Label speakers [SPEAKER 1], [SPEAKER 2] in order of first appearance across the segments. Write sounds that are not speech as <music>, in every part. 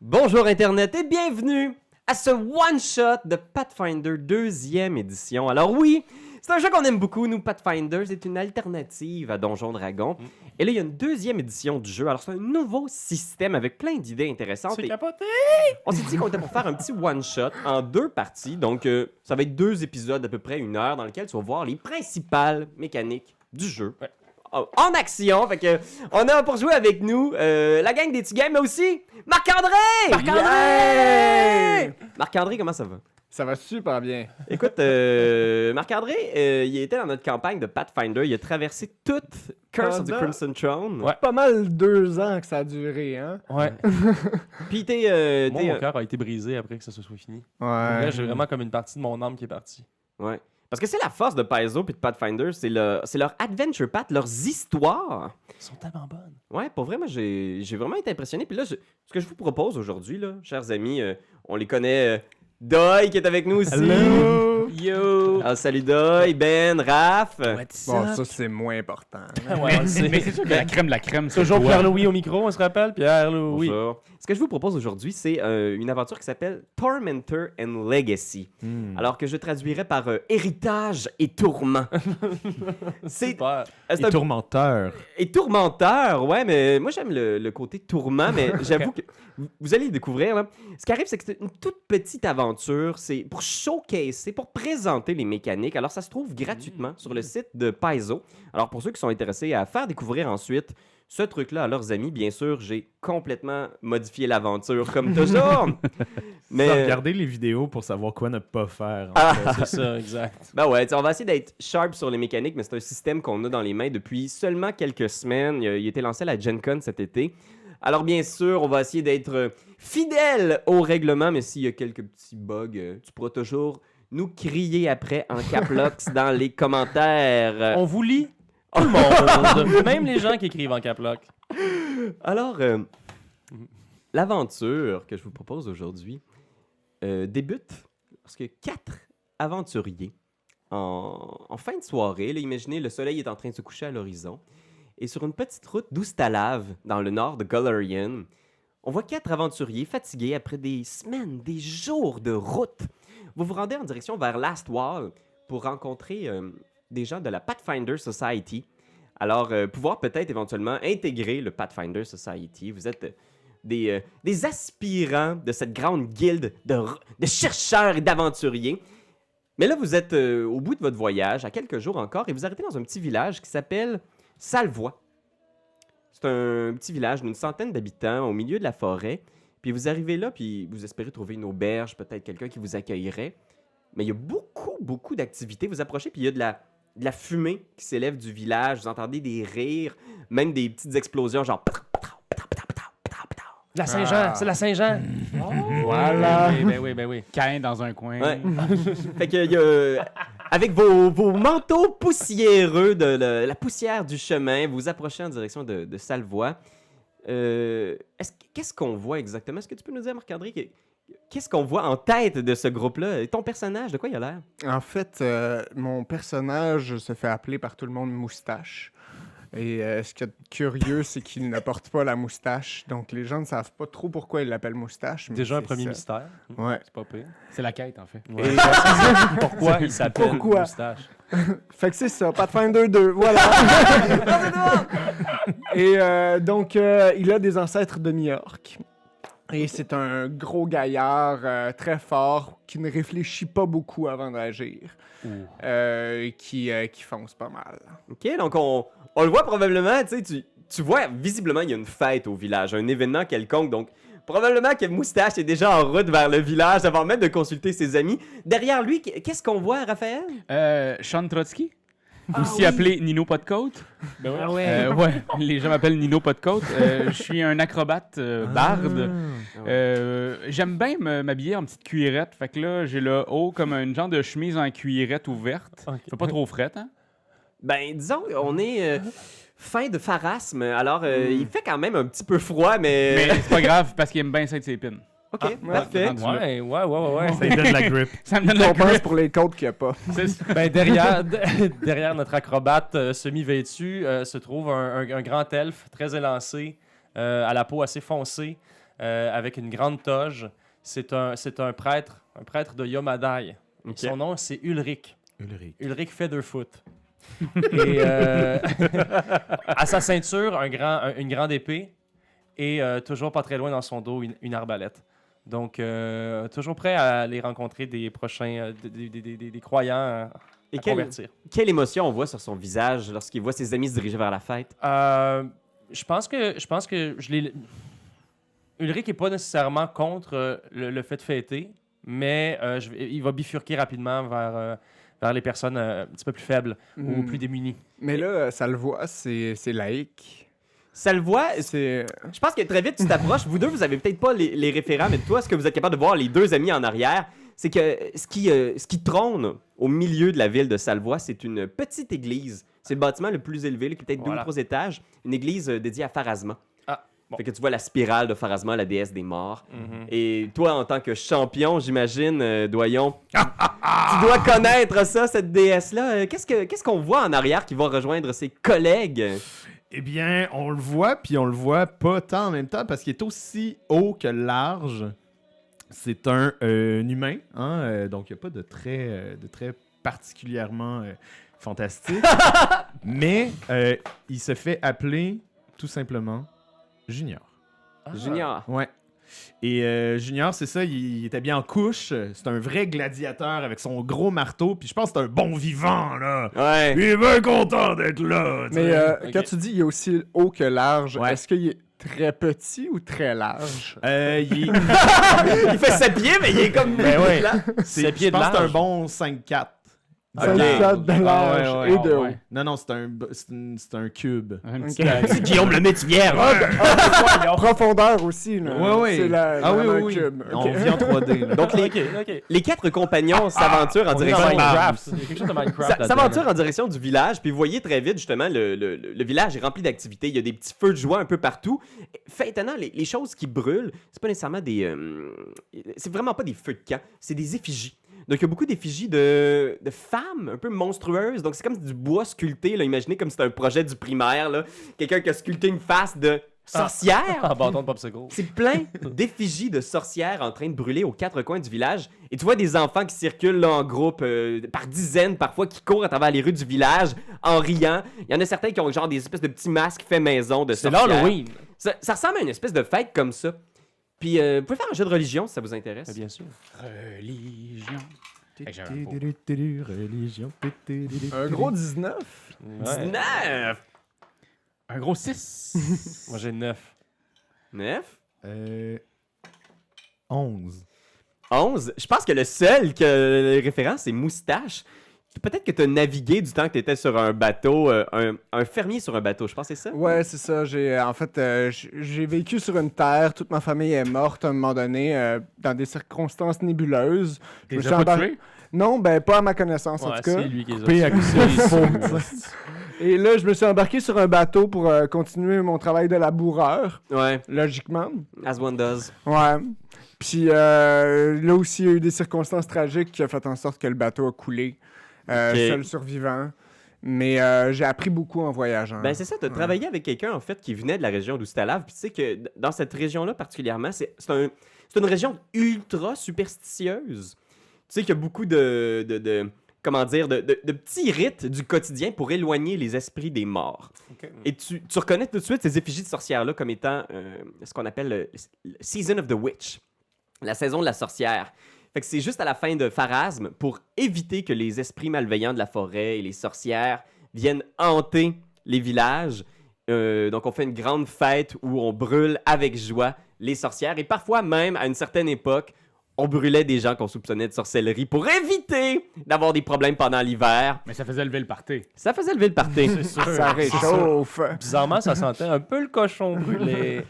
[SPEAKER 1] Bonjour Internet et bienvenue à ce one-shot de Pathfinder deuxième édition. Alors oui, c'est un jeu qu'on aime beaucoup, nous, Pathfinder. C'est une alternative à Donjon Dragon. Et là, il y a une deuxième édition du jeu. Alors c'est un nouveau système avec plein d'idées intéressantes.
[SPEAKER 2] C'est
[SPEAKER 1] Et
[SPEAKER 2] capoté!
[SPEAKER 1] on s'est dit qu'on était pour faire un petit one-shot en deux parties. Donc euh, ça va être deux épisodes d'à peu près une heure dans lesquels tu vas voir les principales mécaniques du jeu.
[SPEAKER 2] Ouais.
[SPEAKER 1] En- En action, fait que on a pour jouer avec nous euh, la gang des T-Games, mais aussi Marc-André!
[SPEAKER 2] Marc-André!
[SPEAKER 1] Marc-André, comment ça va?
[SPEAKER 2] Ça va super bien.
[SPEAKER 1] Écoute, euh, Marc-André, euh, il était dans notre campagne de Pathfinder. Il a traversé toute Curse of the
[SPEAKER 2] Pendant-
[SPEAKER 1] Crimson Throne.
[SPEAKER 2] Ouais.
[SPEAKER 3] pas mal deux ans que ça a duré, hein?
[SPEAKER 2] Ouais.
[SPEAKER 1] Puis t'es. euh,
[SPEAKER 2] Euh, Moi,
[SPEAKER 1] t'es,
[SPEAKER 2] mon
[SPEAKER 1] euh,
[SPEAKER 2] cœur a été brisé après que ça se soit fini.
[SPEAKER 3] Ouais.
[SPEAKER 2] Là, j'ai vraiment comme une partie de mon âme qui est partie.
[SPEAKER 1] ouais. Parce que c'est la force de Paizo et de Pathfinder, c'est le- c'est leur adventure path, leurs histoires.
[SPEAKER 2] Ils sont tellement bonnes.
[SPEAKER 1] Ouais, pour vrai, moi, j'ai j'ai vraiment été impressionné. Puis là, je- ce que je vous propose aujourd'hui, là, chers amis, euh, on les connaît. euh, Doy qui est avec nous aussi.
[SPEAKER 2] Hello.
[SPEAKER 1] Yo! Ah, salut Doy, Ben, Raph.
[SPEAKER 3] Bon, ça, c'est moins important. hein.
[SPEAKER 2] Ouais, on le sait.
[SPEAKER 4] <laughs> Mais
[SPEAKER 2] <laughs>
[SPEAKER 4] c'est sûr que la crème de la crème, c'est
[SPEAKER 2] Toujours
[SPEAKER 4] toujours
[SPEAKER 2] Pierre-Louis au micro, on se rappelle? Pierre-Louis.
[SPEAKER 1] Bonjour. Ce que je vous propose aujourd'hui, c'est euh, une aventure qui s'appelle Tormentor and Legacy.
[SPEAKER 2] Hmm.
[SPEAKER 1] Alors que je traduirais par euh, héritage et <laughs> tourment. c'est euh,
[SPEAKER 2] <laughs> Super.
[SPEAKER 1] c'est un
[SPEAKER 4] tourmenteur.
[SPEAKER 1] Et tourmenteur, ouais, mais moi j'aime le, le côté tourment, mais j'avoue que vous- vous allez le découvrir. là. Ce qui arrive, c'est que c'est une toute petite aventure. C'est pour showcaser, pour présenter les mécaniques. Alors ça se trouve gratuitement sur le site de Paizo. Alors pour ceux qui sont intéressés à faire découvrir ensuite ce truc-là à leurs amis, bien sûr, j'ai complètement modifié l'aventure comme toujours. mais
[SPEAKER 4] Regardez les vidéos pour savoir quoi ne pas faire. hein.
[SPEAKER 5] Ah.
[SPEAKER 4] en fait.
[SPEAKER 2] C'est ça, exact.
[SPEAKER 1] Ben ouais, tu sais, on va essayer d'être sharp sur les mécaniques, mais c'est un système qu'on a dans les mains depuis seulement quelques semaines. Il a, il a été lancé à la Gen Con cet été. Alors bien sûr, on va essayer d'être euh, fidèle au règlement, mais s'il y a quelques petits bugs, euh, tu pourras toujours nous crier après en caplox dans les commentaires. Oh,
[SPEAKER 2] On vous lit tout le monde. Même les gens qui écrivent en caploc.
[SPEAKER 1] Alors, euh, l'aventure que je vous propose aujourd'hui euh, débute lorsque quatre aventuriers, en, en fin de soirée, là, imaginez le soleil est en train de se coucher à l'horizon, et sur une petite route d'Oustalave, dans le nord de Galarian, on voit quatre aventuriers fatigués après des semaines, des jours de route. Vous vous rendez en direction vers Last Wall pour rencontrer euh, des gens de la Pathfinder Society. Alors, euh, pouvoir peut-être éventuellement intégrer le Pathfinder Society. Vous êtes euh, des, euh, des aspirants de cette grande guilde de, r- de chercheurs et d'aventuriers. Mais là, vous êtes euh, au bout de votre voyage, à quelques jours encore, et vous arrêtez dans un petit village qui s'appelle Salvois. C'est un petit village d'une centaine d'habitants au milieu de la forêt. Puis vous arrivez là, puis vous espérez trouver une auberge, peut-être quelqu'un qui vous accueillerait. Mais il y a beaucoup, beaucoup d'activités. Vous approchez, puis il y a de la, de la fumée qui s'élève du village. Vous entendez des rires, même des petites explosions, genre. pataou, pataou, pataou, pataou, pataou, pataou.
[SPEAKER 2] La
[SPEAKER 3] Saint-Jean, Ah. c'est
[SPEAKER 2] la Saint-Jean.
[SPEAKER 4] Oh.
[SPEAKER 3] Voilà.
[SPEAKER 2] Ben oui, ben oui, ben oui.
[SPEAKER 4] Cain dans un coin.
[SPEAKER 1] Ouais. fait que, il y a- avec vos, vos manteaux poussiéreux de le- la poussière du chemin, vous approchez en direction de, de Salvois. Euh, est-ce que- Qu'est-ce qu'on voit exactement? Est-ce que tu peux nous dire, Marc-André, que- qu'est-ce qu'on voit en tête de ce groupe-là? Et Ton personnage, de quoi il a l'air?
[SPEAKER 3] En fait, euh, mon personnage se fait appeler par tout le monde moustache. Et euh, ce qui est curieux, c'est qu'il ne porte pas la moustache. Donc, les gens ne savent pas trop pourquoi il l'appelle moustache. mais
[SPEAKER 2] Déjà un
[SPEAKER 3] Mm, c'est
[SPEAKER 2] premier
[SPEAKER 3] ça.
[SPEAKER 2] mystère.
[SPEAKER 3] Ouais.
[SPEAKER 2] C'est pas pire.
[SPEAKER 4] C'est la quête, en fait.
[SPEAKER 2] Et <laughs> pourquoi il s'appelle
[SPEAKER 3] Pourquoi?
[SPEAKER 2] Moustache?
[SPEAKER 3] Fait que c'est ça, Pathfinder 2, voilà.
[SPEAKER 4] <laughs>
[SPEAKER 3] Et euh, donc, euh, il a des ancêtres de New York. Et c'est un gros gaillard euh, très fort qui ne réfléchit pas beaucoup avant d'agir.
[SPEAKER 2] Ouh.
[SPEAKER 3] Euh, qui, euh, qui fonce pas mal.
[SPEAKER 1] OK, donc on, on le voit probablement, tu sais, tu, tu vois, visiblement, il y a une fête au village, un événement quelconque, donc probablement que Moustache est déjà en route vers le village avant même de consulter ses amis. Derrière lui, qu'est-ce qu'on voit, Raphaël?
[SPEAKER 4] Euh, Sean Trotsky, aussi appelé Nino Podcote.
[SPEAKER 2] Ben oui.
[SPEAKER 4] Euh, ouais, <laughs> les gens m'appellent Nino Podcote. Euh, je suis un acrobate euh,
[SPEAKER 2] Ah.
[SPEAKER 4] barde. Euh, J'aime bien me- m'habiller en petite cuirette. Fait que là, j'ai le haut comme une genre de chemise en cuirette ouverte.
[SPEAKER 2] Ok.
[SPEAKER 4] Fait pas trop frette, hein?
[SPEAKER 1] Ben, disons, on est euh, fin de farasme, alors euh, il fait quand même un petit peu froid, <laughs> mais.
[SPEAKER 4] Mais c'est pas grave parce qu'il aime bien ça de ses pins.
[SPEAKER 1] Ok, parfait.
[SPEAKER 4] rendu là.
[SPEAKER 2] Euh. Ouais, ouais, ouais, ouais, ouais.
[SPEAKER 5] Ça lui donne la grip.
[SPEAKER 4] Ça me donne
[SPEAKER 3] On
[SPEAKER 4] la
[SPEAKER 3] pense
[SPEAKER 4] grip.
[SPEAKER 3] pour les côtes qu'il n'y a pas.
[SPEAKER 4] C'est ça.
[SPEAKER 2] Ben, derrière, <laughs> de- derrière notre acrobate euh, semi-vêtu euh, se trouve un, un- un grand elfe très élancé, euh, à la peau assez foncée, euh, avec une grande toge. C'est un, c'est un prêtre, un prêtre de Yomadai.
[SPEAKER 1] Ok.
[SPEAKER 2] Son nom, c'est Ulrich.
[SPEAKER 5] Ulrich.
[SPEAKER 2] Ulrich Featherfoot. et euh, <laughs> à sa ceinture, un grand, un- une grande épée et euh, toujours pas très loin dans son dos, une, une arbalète. Donc, euh, toujours prêt à aller rencontrer des prochains, euh, des, des- des- des- des croyants euh,
[SPEAKER 1] Et
[SPEAKER 2] à
[SPEAKER 1] quelle,
[SPEAKER 2] convertir.
[SPEAKER 1] quelle émotion on voit sur son visage lorsqu'il voit ses amis se diriger vers la fête?
[SPEAKER 2] Euh, je pense que je pense que je l'ai. Ulrich est pas nécessairement contre euh, le, le fait de fêter, mais euh, je vais- il va bifurquer rapidement vers, euh, vers les personnes euh, un petit peu plus faibles ou
[SPEAKER 3] Hmm.
[SPEAKER 2] plus démunies.
[SPEAKER 3] Mais là, ça le voit, c'est c'est laïque.
[SPEAKER 1] Ça le voit,
[SPEAKER 3] C'est.
[SPEAKER 1] Je pense que très vite, tu t'approches. Vous deux, vous avez peut-être pas les, les référents, mais toi, ce que vous êtes capable de voir, les deux amis en arrière, c'est que ce qui, euh, ce qui trône au milieu de la ville de Salvois, c'est une petite église. C'est le bâtiment le plus élevé, là, qui est peut-être
[SPEAKER 2] Voilà.
[SPEAKER 1] deux ou trois étages. Une église euh, dédiée à Pharasma.
[SPEAKER 2] Ah, bon. Mhm.
[SPEAKER 1] Fait que tu vois la spirale de Pharasma, la déesse des morts. Et toi, en tant que champion, j'imagine, euh,
[SPEAKER 2] <laughs>
[SPEAKER 1] Doyon, tu dois connaître ça, cette déesse-là. Euh, Qu'est-ce que- qu'est-ce qu'on voit en arrière qui va rejoindre ses collègues?
[SPEAKER 5] <laughs> Eh bien, on le voit, puis on le voit pas tant en même temps parce qu'il est aussi haut que large. C'est un, euh, un humain, hein, euh, donc il n'y a pas de trait, euh, de trait particulièrement euh, fantastique. Mais euh, il se fait appeler tout simplement Junior.
[SPEAKER 2] Ah.
[SPEAKER 1] Junior.
[SPEAKER 5] Ouais. Et euh, Junior, c'est ça, il, il était bien en couche. C'est un vrai gladiateur avec son gros marteau. Puis je pense que c'est un bon vivant, là.
[SPEAKER 1] Ouais.
[SPEAKER 5] Il est bien content d'être là. tu
[SPEAKER 3] Mais
[SPEAKER 5] sais.
[SPEAKER 3] euh,
[SPEAKER 2] Ok.
[SPEAKER 3] quand tu dis il est aussi haut que large,
[SPEAKER 5] Ouais.
[SPEAKER 3] est-ce qu'il est très petit ou très large?
[SPEAKER 5] Euh, il
[SPEAKER 3] <laughs>
[SPEAKER 5] est-
[SPEAKER 1] Il fait ses pieds, mais il est comme...
[SPEAKER 5] Ben ouais.
[SPEAKER 1] là.
[SPEAKER 5] C'est,
[SPEAKER 2] Sept pieds
[SPEAKER 5] je pense
[SPEAKER 2] de
[SPEAKER 5] que c'est un
[SPEAKER 2] large.
[SPEAKER 5] bon 5-4.
[SPEAKER 1] Ok.
[SPEAKER 3] Cinq quatre de large
[SPEAKER 4] Ah ouais, ouais,
[SPEAKER 3] et de
[SPEAKER 4] ouais.
[SPEAKER 3] haut.
[SPEAKER 5] Non, non, c'est un, b- c'est une- c'est un cube.
[SPEAKER 4] Un
[SPEAKER 3] Ok.
[SPEAKER 4] petit lag.
[SPEAKER 1] Guillaume le métivière.
[SPEAKER 5] <laughs>
[SPEAKER 3] Profondeur aussi, là.
[SPEAKER 5] Ouais, ouais.
[SPEAKER 3] Euh, C'est la,
[SPEAKER 5] Ah oui,
[SPEAKER 3] vraiment
[SPEAKER 5] oui, oui.
[SPEAKER 3] cube. Ok.
[SPEAKER 5] On vit en 3D. là.
[SPEAKER 1] Donc les,
[SPEAKER 2] Ok, ok.
[SPEAKER 1] les quatre
[SPEAKER 5] Ah,
[SPEAKER 1] compagnons s'aventurent en
[SPEAKER 2] On est dans
[SPEAKER 1] direction
[SPEAKER 2] Minecraft. Il y a quelque chose de Minecraft.
[SPEAKER 1] S'a-
[SPEAKER 2] là-dedans.
[SPEAKER 1] s'aventurent en direction du village, puis vous voyez très vite justement le, le- le- le village est rempli d'activités. Il y a des petits feux de joie un peu partout. Fait étonnant, les, les choses qui brûlent, c'est pas nécessairement des, euh, c'est vraiment pas des feux de camp, c'est des effigies. Donc il y a beaucoup d'effigies de, de femmes un peu monstrueuses. Donc c'est comme du bois sculpté. Là, imaginez comme si c'était un projet du primaire. là. Quelqu'un qui a sculpté une face de
[SPEAKER 2] Ah. <laughs>
[SPEAKER 1] sorcière.
[SPEAKER 2] En bâton de popsicle.
[SPEAKER 1] C'est plein <laughs> d'effigies de sorcières en train de brûler aux quatre coins du village. Et tu vois des enfants qui circulent là, en groupe, euh, par dizaines parfois, qui courent à travers les rues du village en riant. Il y en a certains qui ont genre des espèces de petits masques faits maison de
[SPEAKER 2] C'est
[SPEAKER 1] sorcières.
[SPEAKER 2] l'Halloween.
[SPEAKER 1] Ça, ça ressemble à une espèce de fête comme ça. Puis, euh, vous pouvez faire un jeu de religion si ça vous intéresse.
[SPEAKER 2] Eh Bien sûr.
[SPEAKER 4] Religion. Hey, j'avais un beau.
[SPEAKER 5] Religion.
[SPEAKER 3] Un gros 19.
[SPEAKER 2] Ouais.
[SPEAKER 1] 19!
[SPEAKER 4] Un gros <laughs> 6.
[SPEAKER 2] Moi, j'ai 9.
[SPEAKER 1] 9?
[SPEAKER 5] Euh, 11.
[SPEAKER 1] 11? Je pense que le seul que euh, référence, c'est moustache. Peut-être que tu as navigué du temps que tu étais sur un bateau, euh, un, un fermier sur un bateau, je pense que c'est ça?
[SPEAKER 3] Ouais, c'est ça. J'ai en fait, euh, j- j'ai vécu sur une terre. Toute ma famille est morte à un moment donné euh, dans des circonstances nébuleuses. Je
[SPEAKER 4] T'es
[SPEAKER 3] me suis
[SPEAKER 4] déjà pas
[SPEAKER 3] embar-
[SPEAKER 4] tué?
[SPEAKER 3] Non, ben pas à ma connaissance en tout cas.
[SPEAKER 2] c'est lui qui les a.
[SPEAKER 5] Coupé à coup sûr, il faut.
[SPEAKER 3] Et là, je me suis embarqué sur un bateau pour euh, continuer mon travail de laboureur,
[SPEAKER 1] Ouais,
[SPEAKER 3] logiquement.
[SPEAKER 1] as one does.
[SPEAKER 3] Ouais. Puis euh, là aussi, il y a eu des circonstances tragiques qui ont fait en sorte que le bateau a coulé. Euh,
[SPEAKER 1] Ok.
[SPEAKER 3] Seul survivant. Mais euh, j'ai appris beaucoup en voyageant.
[SPEAKER 1] Ben, c'est ça, tu as travaillé avec quelqu'un, en fait, qui venait de la région d'Oustalave. Puis tu sais que d- dans cette région-là particulièrement, c'est c'est un- c'est une région ultra superstitieuse. Tu sais qu'il y a beaucoup de, de, de- comment dire, de, de- de petits rites du quotidien pour éloigner les esprits des morts. Et tu, tu reconnais tout de suite ces effigies de sorcières-là comme étant euh, ce qu'on appelle le, le Season of the Witch, la saison de la sorcière. Fait que c'est juste à la fin de Pharasme pour éviter que les esprits malveillants de la forêt et les sorcières viennent hanter les villages. Euh, donc, on fait une grande fête où on brûle avec joie les sorcières. Et parfois même, à une certaine époque, on brûlait des gens qu'on soupçonnait de sorcellerie pour éviter d'avoir des problèmes pendant l'hiver.
[SPEAKER 4] Mais ça faisait lever le party.
[SPEAKER 1] Ça faisait lever le party.
[SPEAKER 3] Ça réchauffe.
[SPEAKER 2] Bizarrement, ça sentait un peu le cochon brûlé.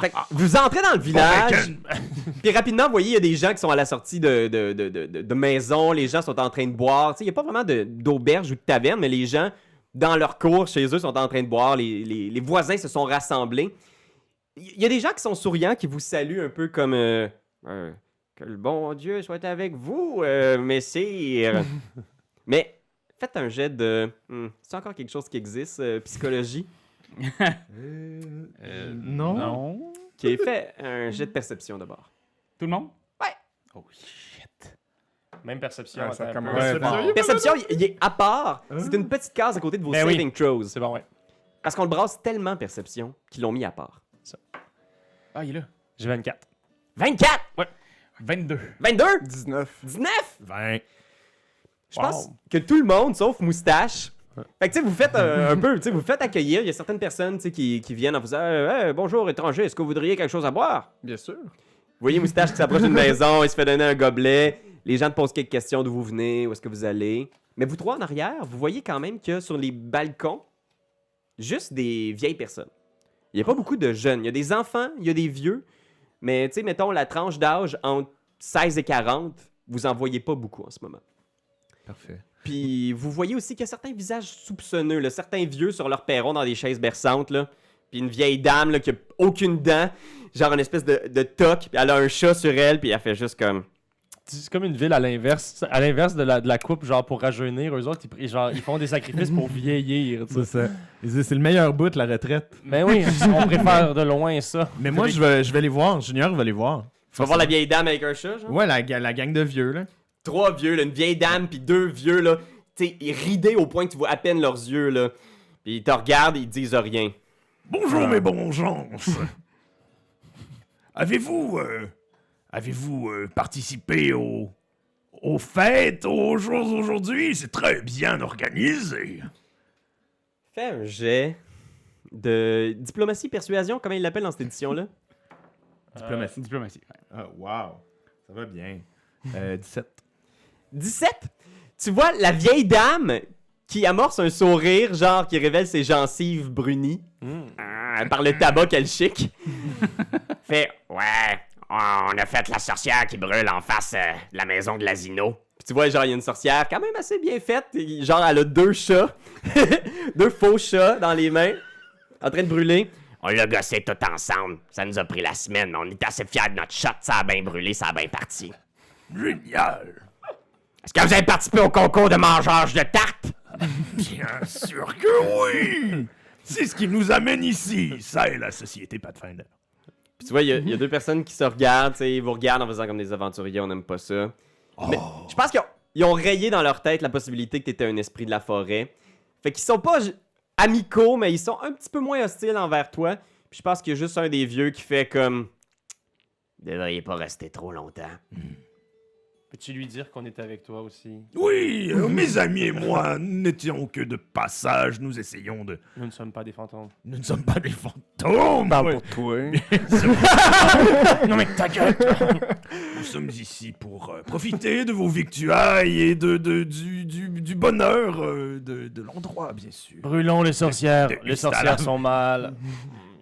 [SPEAKER 1] Fait que vous entrez dans le village, <laughs> puis rapidement, vous voyez, il y a des gens qui sont à la sortie de, de, de, de- de- de maison, les gens sont en train de boire. Tu sais, Il n'y a pas vraiment de- d'auberge ou de taverne, mais les gens, dans leur cour, chez eux, sont en train de boire. Les, les- les voisins se sont rassemblés. Il y- y a des gens qui sont souriants, qui vous saluent un peu comme... euh, Euh, que le bon Dieu soit avec vous, euh, messire. mais faites un jet de... hmm, c'est encore quelque chose qui existe, euh, psychologie?
[SPEAKER 5] Euh,
[SPEAKER 4] Euh,
[SPEAKER 5] non.
[SPEAKER 4] Non.
[SPEAKER 1] qui fait un jet de perception d'abord.
[SPEAKER 4] Tout le monde?
[SPEAKER 1] Ouais.
[SPEAKER 4] Oh shit.
[SPEAKER 2] Même perception.
[SPEAKER 3] Ah, ça
[SPEAKER 2] attends un peu.
[SPEAKER 3] commence
[SPEAKER 4] Ouais,
[SPEAKER 3] fort.
[SPEAKER 4] bon.
[SPEAKER 1] Perception, il- il est à part. C'est une petite case à côté de vos
[SPEAKER 2] Ah. Ben oui.
[SPEAKER 1] saving throws.
[SPEAKER 2] C'est bon, ouais.
[SPEAKER 1] Parce qu'on le brasse tellement perception qu'ils l'ont mis à part.
[SPEAKER 4] Ah, il est là.
[SPEAKER 2] J'ai 24.
[SPEAKER 1] 24!
[SPEAKER 4] 22.
[SPEAKER 1] 22!
[SPEAKER 3] 19.
[SPEAKER 1] 19!
[SPEAKER 5] 20.
[SPEAKER 1] Je pense que tout le monde, sauf Moustache. Fait que, tu sais, vous faites
[SPEAKER 3] <laughs>
[SPEAKER 1] euh, un peu, tu sais, vous faites accueillir. Il y a certaines personnes, tu sais, qui, qui viennent en faisant euh, Hey, Bonjour, étranger, est-ce que vous voudriez quelque chose à boire?
[SPEAKER 3] Bien sûr.
[SPEAKER 1] Vous voyez Moustache qui s'approche
[SPEAKER 3] <laughs>
[SPEAKER 1] d'une maison, il se fait donner un gobelet. Les gens te posent quelques questions d'où vous venez, où est-ce que vous allez. Mais vous trois en arrière, vous voyez quand même que sur les balcons, juste des vieilles personnes. Il n'y a pas beaucoup de jeunes. Il y a des enfants, il y a des vieux. Mais tu sais, mettons la tranche d'âge entre 16 et 40, vous en voyez pas beaucoup en ce moment.
[SPEAKER 5] Parfait.
[SPEAKER 1] Puis vous voyez aussi qu'il y a certains visages soupçonneux, là, certains vieux sur leur perron dans des chaises berçantes, là. Puis une vieille dame là, qui a aucune dent, genre une espèce de, de toque, puis elle a un chat sur elle, puis elle fait juste comme.
[SPEAKER 2] C'est comme une ville à l'inverse, à l'inverse de la, de la coupe, genre pour rajeunir, eux autres, ils, pri- genre, ils font des sacrifices pour vieillir. tu sais.
[SPEAKER 5] C'est ça. Ils disent, C'est le meilleur bout, la retraite.
[SPEAKER 2] Mais oui, <laughs> on préfère de loin ça.
[SPEAKER 5] Mais moi, je vais, je vais les voir. Junior va les voir.
[SPEAKER 1] Tu vas voir la vieille dame avec un chat, genre?
[SPEAKER 5] Ouais, la, ga- la gang de vieux, là.
[SPEAKER 1] Trois vieux, là, une vieille dame, puis deux vieux, là. Tu sais, ils ridés au point que tu vois à peine leurs yeux, là. Puis ils te regardent, ils disent rien.
[SPEAKER 6] Bonjour mes bons gens. <laughs> avez-vous euh, avez-vous euh, participé aux aux fêtes, aux choses aujourd'hui C'est très bien organisé.
[SPEAKER 1] Fais un jet de diplomatie, persuasion, comment ils l'appellent dans cette édition-là?
[SPEAKER 4] Diplomatie. Diplomatie. ouais.
[SPEAKER 5] Ah, wow. Ça va bien. Euh, 17.
[SPEAKER 1] 17, tu vois la vieille dame qui amorce un sourire, genre qui révèle ses gencives brunies Ah, par le tabac qu'elle chic.
[SPEAKER 7] Hmm. <laughs> Fait, ouais, on a fait la sorcière qui brûle en face euh, de la maison de l'asino.
[SPEAKER 1] Puis tu vois, genre, il y a une sorcière quand même assez bien faite. et Genre, elle a deux chats, <laughs> deux faux chats dans les mains, en train de brûler.
[SPEAKER 7] On l'a gossé tout ensemble. Ça nous a pris la semaine, mais on est assez fiers de notre shot. Ça a bien brûlé, ça a bien parti.
[SPEAKER 6] Génial.
[SPEAKER 7] Est-ce que vous avez participé au concours de mangeage de tartes?
[SPEAKER 6] Bien <laughs> sûr que oui. C'est ce qui nous amène ici. Ça et la société Pathfinder.
[SPEAKER 1] Puis tu vois, il y a- il y, a deux personnes qui se regardent, tu sais, ils vous regardent en faisant comme des aventuriers, on n'aime pas ça.
[SPEAKER 7] Oh.
[SPEAKER 1] Mais je pense qu'ils ont, ils ont rayé dans leur tête la possibilité que t'étais un esprit de la forêt. Fait qu'ils sont pas j- amicaux, mais ils sont un petit peu moins hostiles envers toi. Puis je pense qu'il y a juste un des vieux qui fait comme.
[SPEAKER 7] Vous devriez pas rester trop longtemps.
[SPEAKER 2] Peux-tu lui dire qu'on est avec toi aussi
[SPEAKER 6] Oui, euh, mes amis et moi n'étions que de passage. Nous essayons de.
[SPEAKER 2] Nous ne sommes pas des fantômes.
[SPEAKER 6] Nous ne sommes pas des fantômes.
[SPEAKER 3] Pour
[SPEAKER 6] <laughs>
[SPEAKER 3] toi.
[SPEAKER 6] Non mais ta gueule! Nous sommes ici pour euh, profiter de vos victuailles et de, de- du, du- du bonheur euh, de, de l'endroit, bien sûr.
[SPEAKER 2] Brûlons les sorcières.
[SPEAKER 6] Des-
[SPEAKER 2] Les sorcières
[SPEAKER 6] des-
[SPEAKER 2] sont mal.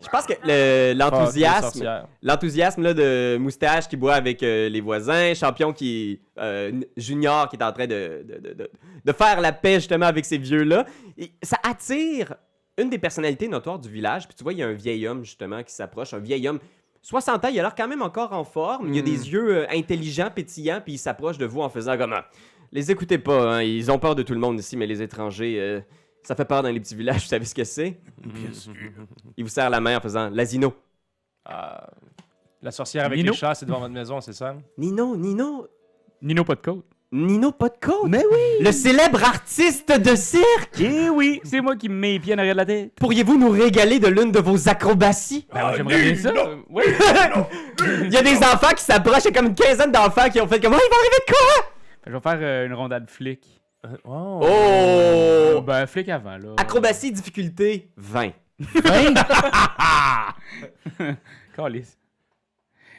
[SPEAKER 1] Je pense que le-
[SPEAKER 7] Ah,
[SPEAKER 2] Fuck les
[SPEAKER 1] l'enthousiasme.
[SPEAKER 2] sorcières.
[SPEAKER 1] L'enthousiasme là, de Moustache qui boit avec euh, les voisins, Champion qui. euh, n- junior qui est en train de, de, de- de- de faire la paix justement avec ces vieux-là. Et Ça attire une des personnalités notoires du village. Puis tu vois, il y a un vieil homme justement qui s'approche, un vieil homme. 60 ans, il a l'air quand même encore en forme. Il a des yeux euh, intelligents, pétillants, puis il s'approche de vous en faisant comme. ah, Les écoutez pas, hein, ils ont peur de tout le monde ici, mais les étrangers, euh, ça fait peur dans les petits villages, <laughs> vous savez ce que c'est?
[SPEAKER 6] Bien sûr.
[SPEAKER 1] Il vous serre la main en faisant L'asino.
[SPEAKER 2] Ah, la sorcière avec
[SPEAKER 4] Nino.
[SPEAKER 2] les chats, c'est devant votre maison, c'est ça
[SPEAKER 1] Nino, Nino,
[SPEAKER 4] Nino pas de côte.
[SPEAKER 1] Nino Potco. Mais oui. Le célèbre artiste de cirque.
[SPEAKER 4] Eh oui, c'est moi qui me mets les pieds en arrière de la tête.
[SPEAKER 1] Pourriez-vous nous régaler de l'une de vos acrobaties?
[SPEAKER 4] Ben, ouais, j'aimerais bien ça. Oui.
[SPEAKER 1] <laughs> Il y a des enfants qui s'approchent, il y a comme une quinzaine d'enfants qui ont fait comme oh, il va arriver de quoi?
[SPEAKER 4] Je vais faire euh, une rondade flic.
[SPEAKER 2] Oh,
[SPEAKER 1] Oh!
[SPEAKER 4] Ben, flic avant, là. Hein?
[SPEAKER 1] Acrobatie, difficulté 20.
[SPEAKER 4] <laughs> Calisse.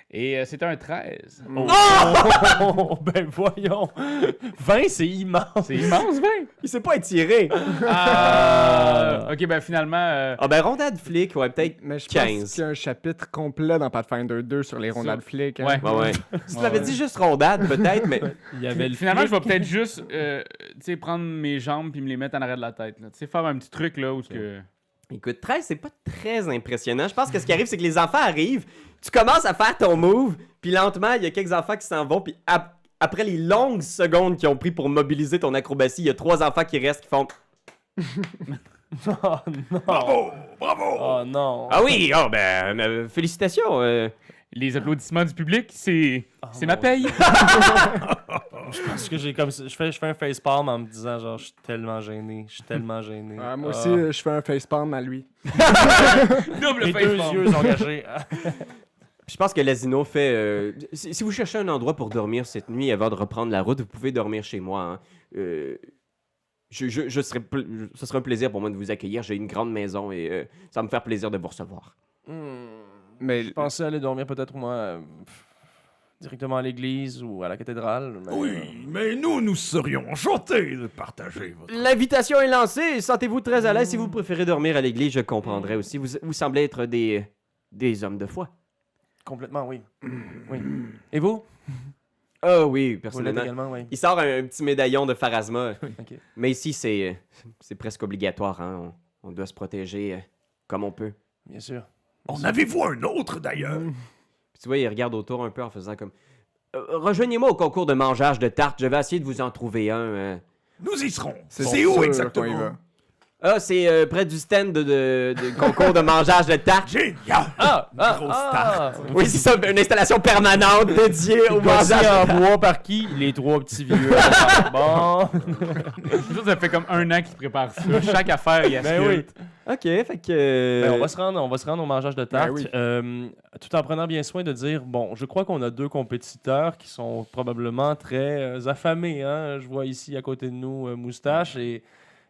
[SPEAKER 4] Et euh, c'est un 13.
[SPEAKER 2] <laughs> ben voyons. 20, c'est immense.
[SPEAKER 4] C'est immense, ben.
[SPEAKER 1] Il s'est pas étiré.
[SPEAKER 4] <laughs> Ah. ok, ben finalement. euh,
[SPEAKER 1] Ah ben rondade flic, ouais, peut-être.
[SPEAKER 3] Mais je
[SPEAKER 1] 15.
[SPEAKER 3] pense qu'il y a un chapitre complet dans Pathfinder 2 sur les rondades flics. hein.
[SPEAKER 4] Ouais.
[SPEAKER 1] Ouais, ouais. Si tu l'avais
[SPEAKER 4] ouais.
[SPEAKER 1] dit juste rondade, peut-être, mais.
[SPEAKER 2] Il y avait le
[SPEAKER 4] Finalement, je vais peut-être juste euh, tu sais, prendre mes jambes puis me les mettre en arrière de la tête. là. Tu sais, faire un petit truc là où ce que.
[SPEAKER 1] Écoute, 13, c'est pas très impressionnant. Je pense que ce qui arrive, c'est que les enfants arrivent, tu commences à faire ton move, puis lentement, il y a quelques enfants qui s'en vont, puis ap- après les longues secondes qu'ils ont pris pour mobiliser ton acrobatie, il y a trois enfants qui restent qui font.
[SPEAKER 2] Oh non!
[SPEAKER 6] Bravo! Bravo!
[SPEAKER 2] Oh non!
[SPEAKER 7] Ah oui, oh ben, euh, félicitations. euh,
[SPEAKER 4] Les applaudissements du public, c'est
[SPEAKER 2] Oh
[SPEAKER 4] c'est
[SPEAKER 2] Ah. mon
[SPEAKER 4] ma paye. <laughs>
[SPEAKER 2] Parce que j'ai comme je fais je fais un facepalm en me disant genre je suis tellement gêné, je suis tellement gêné.
[SPEAKER 3] Ah,
[SPEAKER 2] Ah.
[SPEAKER 3] moi aussi, euh, je fais un facepalm à lui.
[SPEAKER 4] Double
[SPEAKER 2] Mes deux
[SPEAKER 4] facepalm.
[SPEAKER 2] yeux <laughs> engagés. Ah.
[SPEAKER 1] Puis Je pense que l'asino fait. euh, si, si vous cherchez un endroit pour dormir cette nuit avant de reprendre la route, vous pouvez dormir chez moi. hein. Euh, je, je, je serais pl- je- ce serait un plaisir pour moi de vous accueillir. J'ai une grande maison et euh, ça va me faire plaisir de vous recevoir.
[SPEAKER 3] Mais
[SPEAKER 2] Hmm. Je pensais aller dormir peut-être moi euh, pff, directement à l'église ou à la cathédrale. mais, euh,
[SPEAKER 6] Oui, mais nous, nous serions enchantés de partager votre...
[SPEAKER 1] L'invitation est lancée. Sentez-vous très à l'aise. Si vous préférez dormir à l'église, je comprendrai aussi. Vous, vous semblez être des, des hommes de foi.
[SPEAKER 2] euh, complètement oui. oui. Et vous
[SPEAKER 1] Ah oui,
[SPEAKER 2] Vous l'êtes
[SPEAKER 1] personnellement.
[SPEAKER 2] également oui.
[SPEAKER 1] Il sort un, un petit médaillon de <laughs> Pharasma.
[SPEAKER 2] Ok.
[SPEAKER 1] Mais ici, c'est c'est presque obligatoire. hein. On, on doit se protéger euh, comme on peut.
[SPEAKER 2] Bien sûr.
[SPEAKER 6] En avez-vous un autre, d'ailleurs?
[SPEAKER 1] Puis tu vois, il regarde autour un peu en faisant comme Euh, Rejoignez-moi au concours de mangeage de tartes, je vais essayer de vous en trouver un. euh.
[SPEAKER 6] Nous y serons.
[SPEAKER 3] c'est
[SPEAKER 6] C'est
[SPEAKER 3] sûr
[SPEAKER 6] où
[SPEAKER 3] qu'on y
[SPEAKER 6] exactement?
[SPEAKER 3] va.
[SPEAKER 1] Ah, c'est euh, près du stand de, de- de concours de mangeage de tartes. <laughs>
[SPEAKER 6] Génial!
[SPEAKER 2] Ah ah
[SPEAKER 6] Grosse
[SPEAKER 2] ah.
[SPEAKER 1] Oui, c'est ça, une installation permanente dédiée au
[SPEAKER 2] Gossé
[SPEAKER 1] mangeage.
[SPEAKER 2] en bois par qui Les trois petits vieux. <laughs> bon.
[SPEAKER 4] Juste, ça fait comme un an qu'ils préparent ça.
[SPEAKER 2] <laughs>
[SPEAKER 4] Chaque affaire, il y a
[SPEAKER 2] Ben oui.
[SPEAKER 1] Ok, fait que.
[SPEAKER 2] Ben, on, va se rendre, on va se rendre au mangeage de tartes,
[SPEAKER 3] Ben oui.
[SPEAKER 2] euh, tout en prenant bien soin de dire, bon, je crois qu'on a deux compétiteurs qui sont probablement très euh, affamés. hein. Je vois ici à côté de nous euh, Moustache et,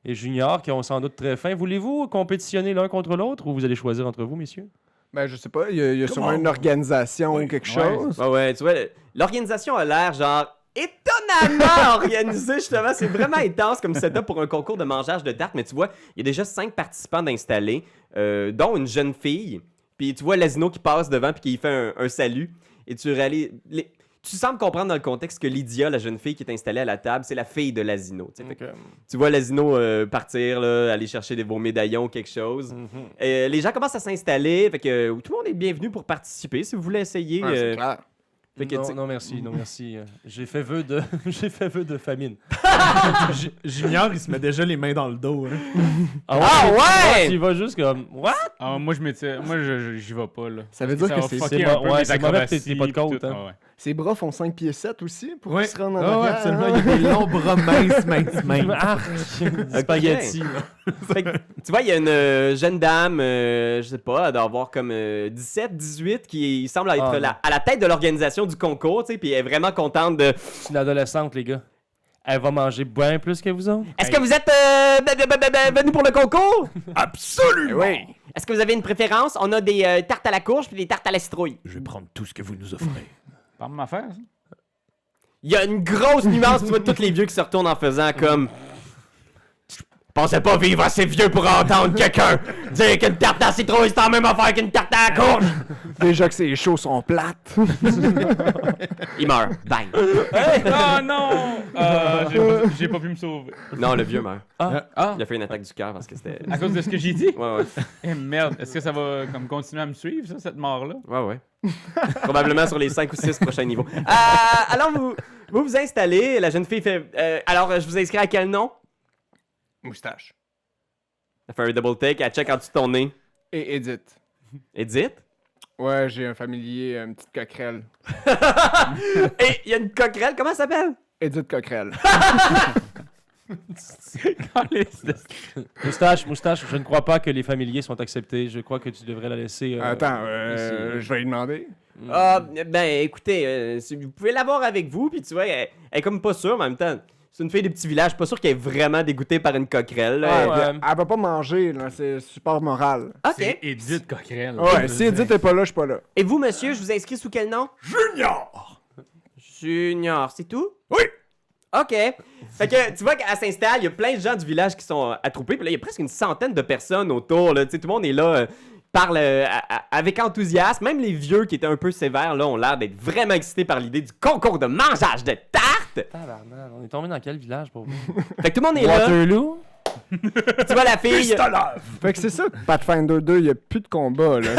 [SPEAKER 2] et Junior qui ont sans doute très faim. Voulez-vous compétitionner l'un contre l'autre ou vous allez choisir entre vous, messieurs?
[SPEAKER 3] Ben, je sais pas, il y a, il y a sûrement
[SPEAKER 6] Comment?
[SPEAKER 3] une organisation ou quelque
[SPEAKER 4] Ouais.
[SPEAKER 3] chose.
[SPEAKER 1] Ouais, ouais, tu vois, l'organisation a l'air genre étonnamment <laughs> organisée, justement. C'est vraiment intense comme setup pour un concours de mangeage de tartes. Mais tu vois, il y a déjà cinq participants d'installés, euh, dont une jeune fille. Puis tu vois Lazino qui passe devant puis qui fait un, un salut. Et tu réalises. les- Tu sembles comprendre dans le contexte que Lydia, la jeune fille qui est installée à la table, c'est la fille de Lazino. tu sais. Fait que Tu vois Lazino euh, partir, là, aller chercher des beaux médaillons ou quelque chose.
[SPEAKER 2] Mhm.
[SPEAKER 1] Euh, les gens commencent à s'installer. Fait que euh, tout le monde est bienvenu pour participer. Si vous voulez essayer,
[SPEAKER 3] Ouais, c'est
[SPEAKER 1] euh,
[SPEAKER 3] clair.
[SPEAKER 1] Fait que, tu-
[SPEAKER 2] non, non, merci, non, merci. <laughs> Euh, J'ai fait vœu de, <laughs> j'ai fait vœu de famine.
[SPEAKER 5] J- Junior, il se met déjà les mains dans le dos. hein.
[SPEAKER 2] Ah
[SPEAKER 1] ouais?
[SPEAKER 2] Tu vas juste comme, what?
[SPEAKER 4] Ah, moi, je me tiens- moi, je- je- j'y vais pas, là.
[SPEAKER 3] Ça veut
[SPEAKER 4] Parce
[SPEAKER 3] dire que c'est-
[SPEAKER 4] fucker
[SPEAKER 2] c'est
[SPEAKER 4] un
[SPEAKER 2] mo-
[SPEAKER 4] peu
[SPEAKER 2] ouais, c'est mauvais que
[SPEAKER 4] mes
[SPEAKER 2] t'es-
[SPEAKER 4] acrobaties
[SPEAKER 2] t'es pas de
[SPEAKER 4] pis tout.
[SPEAKER 2] côte, hein.
[SPEAKER 4] Ah, ouais.
[SPEAKER 3] Ses bras font 5 pieds 7 aussi pour
[SPEAKER 5] Ouais.
[SPEAKER 3] qu'ils se rendent en
[SPEAKER 5] Ah ouais,
[SPEAKER 3] arrière,
[SPEAKER 5] absolument.
[SPEAKER 3] hein?
[SPEAKER 5] Il y a des longs bras minces,
[SPEAKER 2] <laughs>
[SPEAKER 5] minces, minces.
[SPEAKER 2] Arc, Ah! spaghetti.
[SPEAKER 1] Fait que, tu vois, il y a une euh, jeune dame, euh, je sais pas, elle doit avoir comme euh, 17, 18, qui semble être
[SPEAKER 2] Ah,
[SPEAKER 1] la- à la tête de l'organisation du concours, tu sais, puis elle est vraiment contente de.
[SPEAKER 2] C'est une adolescente, les gars. Elle va manger bien plus que vous autres.
[SPEAKER 1] Est-ce que vous êtes euh, ben- ben- ben- ben- venus pour le concours? <laughs>
[SPEAKER 6] Absolument!
[SPEAKER 1] Est-ce que vous avez une préférence? On a des euh, tartes à la courge puis des tartes à la citrouille.
[SPEAKER 6] Je vais prendre tout ce que vous nous offrez.
[SPEAKER 4] Parle de m'affaire, ça.
[SPEAKER 1] Il y a une grosse nuance, tu vois, tous les vieux qui se retournent en faisant comme. Je pensais pas vivre assez vieux pour entendre quelqu'un dire qu'une tarte à la citrouille, c'est la même affaire qu'une tarte à la courge!
[SPEAKER 3] Déjà que ces shows sont plates.
[SPEAKER 1] Il meurt. Bang!
[SPEAKER 4] <laughs> Ah non! Ah, j'ai pas- j'ai pas pu me sauver.
[SPEAKER 1] Non, le vieux meurt.
[SPEAKER 4] Ah,
[SPEAKER 1] Il a fait une attaque du cœur parce que c'était.
[SPEAKER 4] à cause de ce que j'ai dit?
[SPEAKER 1] Ouais, ouais. <laughs>
[SPEAKER 4] Eh merde, est-ce que ça va comme continuer à me suivre, ça, cette mort-là?
[SPEAKER 1] Ouais, ouais. Probablement sur les 5 ou 6 prochains niveaux. <laughs> Euh, alors, vous, vous vous installez. La jeune fille fait. euh, alors, je vous inscris à quel nom
[SPEAKER 3] Moustache.
[SPEAKER 1] Elle fait un double take. Elle check en dessous de ton nez.
[SPEAKER 3] Et Edith.
[SPEAKER 1] Edith
[SPEAKER 3] Ouais, j'ai un familier, une petite coquerelle.
[SPEAKER 1] Et il y a une coquerelle. Comment elle s'appelle
[SPEAKER 3] Edith Coquerelle.
[SPEAKER 2] Moustache, moustache, je ne crois pas que les familiers sont acceptés. Je crois que tu devrais la laisser. euh,
[SPEAKER 3] Attends, euh,
[SPEAKER 2] ici.
[SPEAKER 3] je vais lui demander.
[SPEAKER 1] Ah, ben écoutez, euh, si vous pouvez l'avoir avec vous. Puis tu vois, elle, elle est comme pas sûre, mais en même temps, c'est une fille du petit village. Pas sûre qu'elle est vraiment dégoûtée par une coquerelle. là.
[SPEAKER 2] Ouais, ouais.
[SPEAKER 3] Elle va pas manger, là, c'est support moral.
[SPEAKER 1] Ok.
[SPEAKER 4] Edith Coquerel.
[SPEAKER 3] Ouais, si Edith est pas là, je suis pas là.
[SPEAKER 1] Et vous, monsieur, je vous inscris sous quel nom
[SPEAKER 6] Junior!
[SPEAKER 1] Junior, c'est tout?
[SPEAKER 6] Oui.
[SPEAKER 1] OK. Fait que tu vois qu'elle s'installe, il y a plein de gens du village qui sont euh, attroupés, puis là, il y a presque une centaine de personnes autour, là. Tu sais, tout le monde est là, euh, parle euh, à- à- avec enthousiasme. Même les vieux qui étaient un peu sévères, là, ont l'air d'être vraiment excités par l'idée du concours de mangeage de tartes.
[SPEAKER 2] tabarnak, on est tombé dans quel village pour vous
[SPEAKER 1] Fait que tout le monde est là.
[SPEAKER 2] <laughs> Waterloo
[SPEAKER 1] Tu vois la fille.
[SPEAKER 6] Pistolave!
[SPEAKER 3] Fait que c'est ça, Pathfinder 2, il y a plus de combat, là.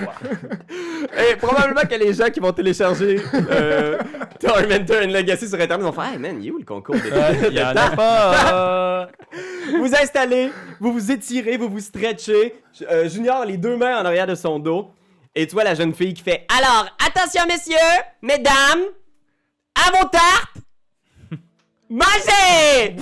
[SPEAKER 1] Et probablement que les gens qui vont télécharger euh, Tormentor and Legacy sur Internet vont faire Hey man, il est où le concours de
[SPEAKER 2] Il y en a pas
[SPEAKER 1] vous installez, vous vous étirez, vous vous stretchez. J- euh, Junior, les deux mains en arrière de son dos. Et tu vois la jeune fille qui fait Alors, attention, messieurs, mesdames, à vos
[SPEAKER 3] <laughs>
[SPEAKER 1] tartes, mangez!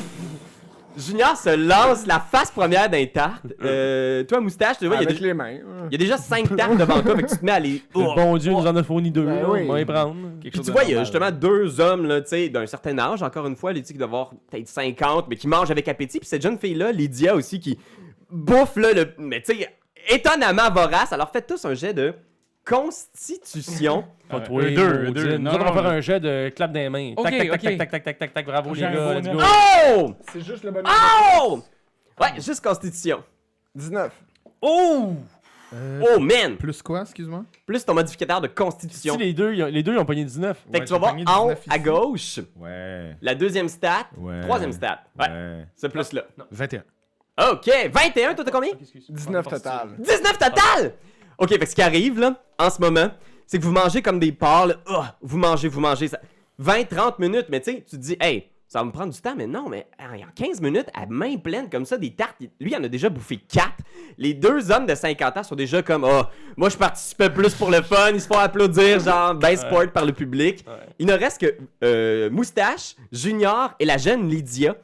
[SPEAKER 1] Junior se lance la face première d'un tarte. Euh, toi, moustache, tu vois, il y a
[SPEAKER 3] Avec
[SPEAKER 1] déjà-
[SPEAKER 3] les mains.
[SPEAKER 1] il y, a déjà cinq tartes devant toi, mais tu te mets à les.
[SPEAKER 2] Le bon Dieu nous en a fourni deux.
[SPEAKER 3] Ben
[SPEAKER 2] là,
[SPEAKER 3] oui.
[SPEAKER 2] On va les prendre.
[SPEAKER 1] Puis tu vois, il y a justement deux hommes, là, tu sais, d'un certain âge, encore une fois, les types d'avoir peut-être 50, mais qui mangent avec appétit. Puis cette jeune fille-là, Lydia aussi, qui bouffe, là, le... mais tu sais, étonnamment vorace. Alors faites tous un jet de constitution.
[SPEAKER 2] Pas
[SPEAKER 4] Ouais.
[SPEAKER 2] toi,
[SPEAKER 4] Euh, deux,
[SPEAKER 2] maudit.
[SPEAKER 4] deux.
[SPEAKER 2] Nous
[SPEAKER 4] Non,
[SPEAKER 2] autres, on va
[SPEAKER 4] non,
[SPEAKER 2] faire
[SPEAKER 4] non.
[SPEAKER 2] un jet de clap des mains.
[SPEAKER 4] Ok,
[SPEAKER 2] Tac, tac,
[SPEAKER 4] ok.
[SPEAKER 2] tac, tac, tac, tac, tac, tac, bravo les
[SPEAKER 4] J'ai un
[SPEAKER 2] gars,
[SPEAKER 4] bon
[SPEAKER 2] let's
[SPEAKER 4] numéro.
[SPEAKER 2] go.
[SPEAKER 1] Oh!
[SPEAKER 3] C'est juste le bon.
[SPEAKER 1] Oh! Ouais, juste constitution.
[SPEAKER 3] 19.
[SPEAKER 1] Oh! Oh man!
[SPEAKER 5] Euh, Plus quoi, excuse-moi?
[SPEAKER 1] Plus ton modificateur de constitution.
[SPEAKER 2] Si les deux, ils ont- les deux, ils ont pogné 19.
[SPEAKER 1] Fait que
[SPEAKER 5] Ouais,
[SPEAKER 1] tu vas voir
[SPEAKER 5] j'ai pogné
[SPEAKER 1] en
[SPEAKER 5] 19
[SPEAKER 1] à
[SPEAKER 5] ici.
[SPEAKER 1] gauche,
[SPEAKER 5] Ouais.
[SPEAKER 1] la deuxième stat,
[SPEAKER 5] Ouais.
[SPEAKER 1] troisième stat. Ouais,
[SPEAKER 5] ouais.
[SPEAKER 1] ce plus-là.
[SPEAKER 5] 21.
[SPEAKER 1] Ok, 21, toi t'as combien?
[SPEAKER 3] 19 total.
[SPEAKER 1] 19 total! Ok, fait que ce qui arrive là, en ce moment, c'est que vous mangez comme des porcs, là. Ah, vous mangez, vous mangez. Ça... 20-30 minutes, mais tu sais, tu te dis, hey, ça va me prendre du temps, mais non, mais hey, en 15 minutes, à main pleine comme ça, des tartes, lui, il en a déjà bouffé 4. Les deux hommes de 50 ans sont déjà comme, ah, moi, je participais plus pour le fun, ils se font applaudir, genre, ben sport par le public. Il ne reste que euh, Moustache, Junior et la jeune Lydia.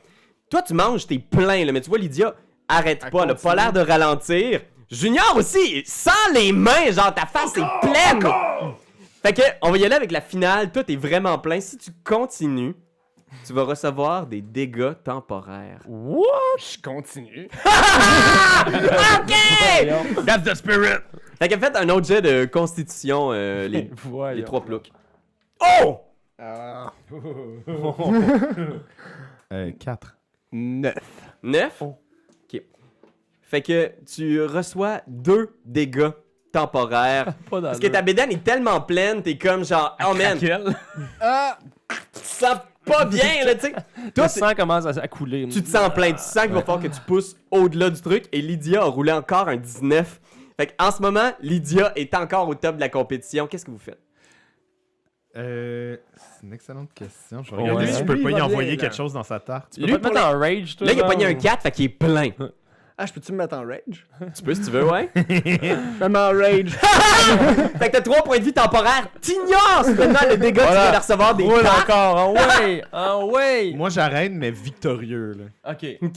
[SPEAKER 1] Toi, tu manges, t'es plein, là, mais tu vois, Lydia, arrête
[SPEAKER 3] Elle
[SPEAKER 1] pas, elle a pas
[SPEAKER 3] continue.
[SPEAKER 1] l'air de ralentir. Junior aussi, sans les mains, genre ta face est pleine. Fait que, on va y aller avec la finale. Toi, t'es vraiment plein. Si tu continues, tu vas recevoir des dégâts temporaires.
[SPEAKER 3] Je continue.
[SPEAKER 1] Ah, OK!
[SPEAKER 6] That's the spirit!
[SPEAKER 1] Fait que faites un autre jet de constitution, euh, les, les
[SPEAKER 2] Voyons.
[SPEAKER 1] trois ploucs. Oh!
[SPEAKER 3] Ah,
[SPEAKER 5] Euh, 4.
[SPEAKER 3] 9.
[SPEAKER 1] Neuf? OK. Fait que tu reçois deux dégâts temporaires.
[SPEAKER 2] Pas
[SPEAKER 1] Parce que ta bédane est tellement pleine, t'es comme genre, oh man, tu
[SPEAKER 4] Quel?
[SPEAKER 1] sens pas bien, là, tu sais. Toi,
[SPEAKER 2] Le
[SPEAKER 1] c'est-
[SPEAKER 2] sang commence à, à couler.
[SPEAKER 1] tu te sens plein, tu sens qu'il va falloir que tu pousses au-delà du truc et Lydia a roulé encore un 19. Fait qu'en ce moment, Lydia est encore au top de la compétition. Qu'est-ce que vous faites?
[SPEAKER 5] Euh, c'est une excellente question. Je vais
[SPEAKER 2] Ouais.
[SPEAKER 5] regarder si je
[SPEAKER 3] Lui,
[SPEAKER 5] peux
[SPEAKER 3] il
[SPEAKER 5] pas y
[SPEAKER 3] va
[SPEAKER 5] envoyer
[SPEAKER 3] bien, là.
[SPEAKER 5] quelque chose dans sa tarte.
[SPEAKER 2] Tu peux pas te mettre en rage, toi.
[SPEAKER 1] Là, il a
[SPEAKER 2] genre?
[SPEAKER 1] pogné un 4, fait qu'il est plein.
[SPEAKER 3] Ah, je peux-tu me mettre en rage?
[SPEAKER 1] <laughs> tu peux si tu veux, ouais.
[SPEAKER 3] Même en rage.
[SPEAKER 1] <laughs> fait que t'as 3 points de vie temporaires. T'ignores maintenant le dégât que tu vas recevoir des
[SPEAKER 2] Roule
[SPEAKER 1] cartes.
[SPEAKER 2] encore, Ah en way, en way.
[SPEAKER 5] Moi, j'arrête, mais victorieux. Là.
[SPEAKER 2] Ok.
[SPEAKER 1] Ok.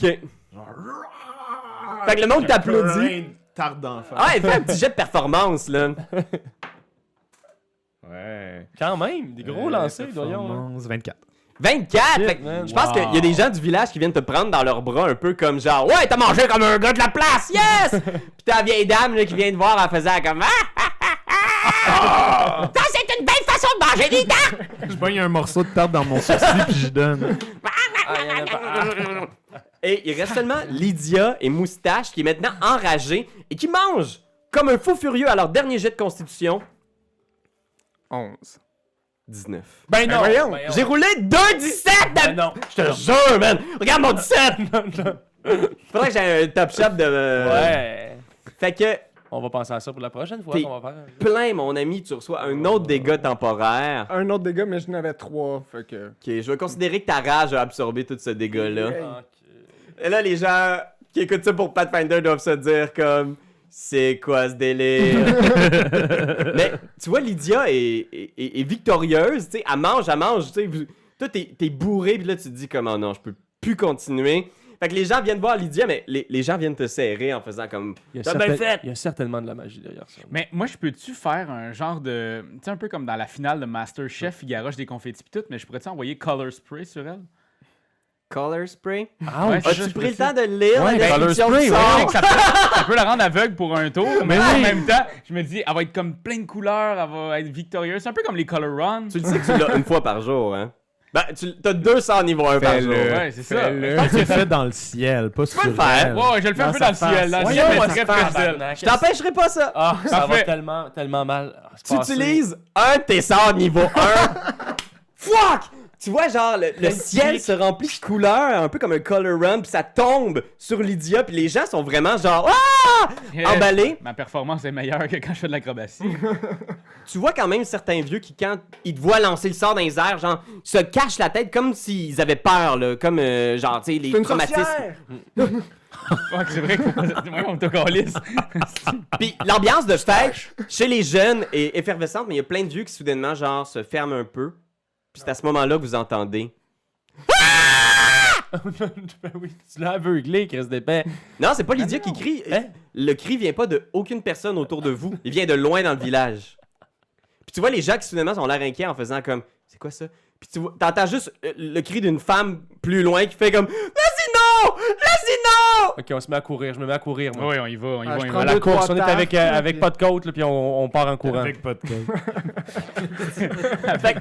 [SPEAKER 1] Fait que le monde t'applaudit. <laughs>
[SPEAKER 5] Plein de tarte d'enfant.
[SPEAKER 1] Ah, il fait un petit jet de performance, là.
[SPEAKER 5] Ouais.
[SPEAKER 2] Quand même, des gros
[SPEAKER 5] Euh,
[SPEAKER 2] lancers, voyons. hein.
[SPEAKER 5] performance, 24.
[SPEAKER 1] 24!
[SPEAKER 2] Shit,
[SPEAKER 1] Fait que
[SPEAKER 2] man.
[SPEAKER 1] je pense qu'il y a des gens du village qui viennent te prendre dans leurs bras un peu comme genre Ouais, t'as mangé comme un gars de la place! <laughs> Yes! Puis t'as la vieille dame là, qui vient te voir en faisant comme Ah! ah, ah, ah. Ça, c'est une belle façon de manger des dents!
[SPEAKER 5] Je pogne un morceau de tarte dans mon sourcil puis je donne.
[SPEAKER 1] Et il reste seulement Lydia et Moustache qui est maintenant enragée et qui mange comme un fou furieux à leur dernier jet de constitution
[SPEAKER 3] 11.
[SPEAKER 1] 19.
[SPEAKER 2] Ben non.
[SPEAKER 3] voyons,
[SPEAKER 2] ben
[SPEAKER 1] J'ai roulé 2-17
[SPEAKER 2] Ben non.
[SPEAKER 1] Je te jure, man! Regarde mon 17! <laughs> Faudrait que j'ai un top shop de.
[SPEAKER 2] Euh,
[SPEAKER 1] euh,
[SPEAKER 2] Ouais.
[SPEAKER 1] Fait que
[SPEAKER 2] On va penser à ça pour la prochaine fois
[SPEAKER 1] T'es-
[SPEAKER 2] qu'on va faire.
[SPEAKER 1] plein, mon ami, tu reçois un autre dégât temporaire.
[SPEAKER 3] Un autre dégât, mais je n'avais 3. Fait que.
[SPEAKER 1] Ok, je vais considérer que ta rage a absorbé tout ce dégât-là.
[SPEAKER 3] Hey.
[SPEAKER 2] Ah,
[SPEAKER 1] Et là, les gens qui écoutent ça pour Pathfinder doivent se dire comme. C'est quoi ce
[SPEAKER 2] <laughs>
[SPEAKER 1] délire? Mais tu vois, Lydia est, est- est- est victorieuse, tu sais, elle mange, elle mange, tu sais. vous- Toi, t'es t'es bourré, puis là, tu te dis comment non, je peux plus continuer. Fait que les gens viennent voir Lydia, mais les, les gens viennent te serrer en faisant comme.
[SPEAKER 2] Il y, a
[SPEAKER 1] T'as bien
[SPEAKER 2] certain-
[SPEAKER 1] fait!
[SPEAKER 2] il y a certainement de la magie derrière ça.
[SPEAKER 4] Mais moi, je peux-tu faire un genre de. Tu sais, un peu comme dans la finale de Masterchef, il garoche des confettis pis tout, mais je pourrais-tu envoyer Color Spray sur elle?
[SPEAKER 1] Color spray?
[SPEAKER 2] Ah
[SPEAKER 4] ouais, c'est
[SPEAKER 1] As-tu
[SPEAKER 4] ça, je
[SPEAKER 1] pris le
[SPEAKER 4] pourrais-tu-
[SPEAKER 1] temps de lire
[SPEAKER 2] Ouais,
[SPEAKER 1] la
[SPEAKER 2] ben,
[SPEAKER 1] description
[SPEAKER 2] Color
[SPEAKER 1] du
[SPEAKER 2] Spray,
[SPEAKER 1] sort?
[SPEAKER 4] Je sais que ça, peut, ça peut la rendre aveugle pour un tour, mais en même temps, je me dis, elle va être comme plein de couleurs, elle va être victorieuse. C'est un peu comme les Color Run.
[SPEAKER 1] Tu le sais que tu l'as une fois par jour, hein? Ben, tu t'as 200 niveaux un par jour. hein?
[SPEAKER 5] Fais-le.
[SPEAKER 4] Ouais, c'est ça.
[SPEAKER 5] Je pense que c'est fait dans le ciel, pas sur
[SPEAKER 1] peux le faire.
[SPEAKER 5] elle.
[SPEAKER 4] Ouais, ouais, je le fais un
[SPEAKER 5] Dans
[SPEAKER 4] peu
[SPEAKER 5] sa
[SPEAKER 4] dans le ciel.
[SPEAKER 5] face.
[SPEAKER 4] Dans le ciel,
[SPEAKER 2] Voyons,
[SPEAKER 4] mais
[SPEAKER 2] moi,
[SPEAKER 4] très
[SPEAKER 2] c'est
[SPEAKER 4] proche d'elle.
[SPEAKER 2] tabarnak.
[SPEAKER 1] Je t'empêcherai pas ça.
[SPEAKER 2] Ah, ça va
[SPEAKER 4] Parfait.
[SPEAKER 2] tellement, tellement mal.
[SPEAKER 1] tu utilises un de tes sorts niveau 1. <laughs> Fuck! Tu vois, genre, le, le ciel se remplit de couleurs, un peu comme un color run, puis ça tombe sur Lydia, puis les gens sont vraiment genre Ah! emballés.
[SPEAKER 4] Ma performance est meilleure que quand je fais de l'acrobatie. <laughs>
[SPEAKER 1] Tu vois quand même certains vieux qui, quand ils te voient lancer le sort dans les airs, genre, se cachent la tête comme s'ils avaient peur, là, comme, euh, genre, tu sais, les
[SPEAKER 3] une
[SPEAKER 1] traumatismes.
[SPEAKER 3] sorcière!
[SPEAKER 4] Fuck, c'est vrai qu'on on t'ocalisse.
[SPEAKER 1] Puis l'ambiance de fête chez les jeunes est effervescente, mais il y a plein de vieux qui soudainement, genre, se ferment un peu. Puis c'est à ce moment-là que vous entendez.
[SPEAKER 2] ben oui, tu l'as aveuglé, Chris d'épais.
[SPEAKER 1] Non, c'est pas Lydia qui crie.
[SPEAKER 2] Hein?
[SPEAKER 1] Le cri vient pas de aucune personne autour de vous. Il vient de loin dans le village. Puis tu vois les gens qui soudainement ont l'air inquiets en faisant comme c'est quoi ça Puis tu vois- t'entends juste euh, le cri d'une femme plus loin qui fait comme Vas-y non Vas-y non
[SPEAKER 2] Ok, on se met à courir. Je me mets à courir, moi.
[SPEAKER 4] oui, on y va, on y
[SPEAKER 3] Ah,
[SPEAKER 4] va, on
[SPEAKER 3] je
[SPEAKER 4] y
[SPEAKER 3] prends
[SPEAKER 4] va.
[SPEAKER 2] À la
[SPEAKER 3] Deux,
[SPEAKER 2] course,
[SPEAKER 3] trois
[SPEAKER 2] on est
[SPEAKER 3] tasses,
[SPEAKER 2] avec, euh,
[SPEAKER 3] là,
[SPEAKER 2] avec
[SPEAKER 3] puis-
[SPEAKER 2] pas de côte, là, puis on, on part en courant.
[SPEAKER 6] Avec pas de code.
[SPEAKER 1] Fait que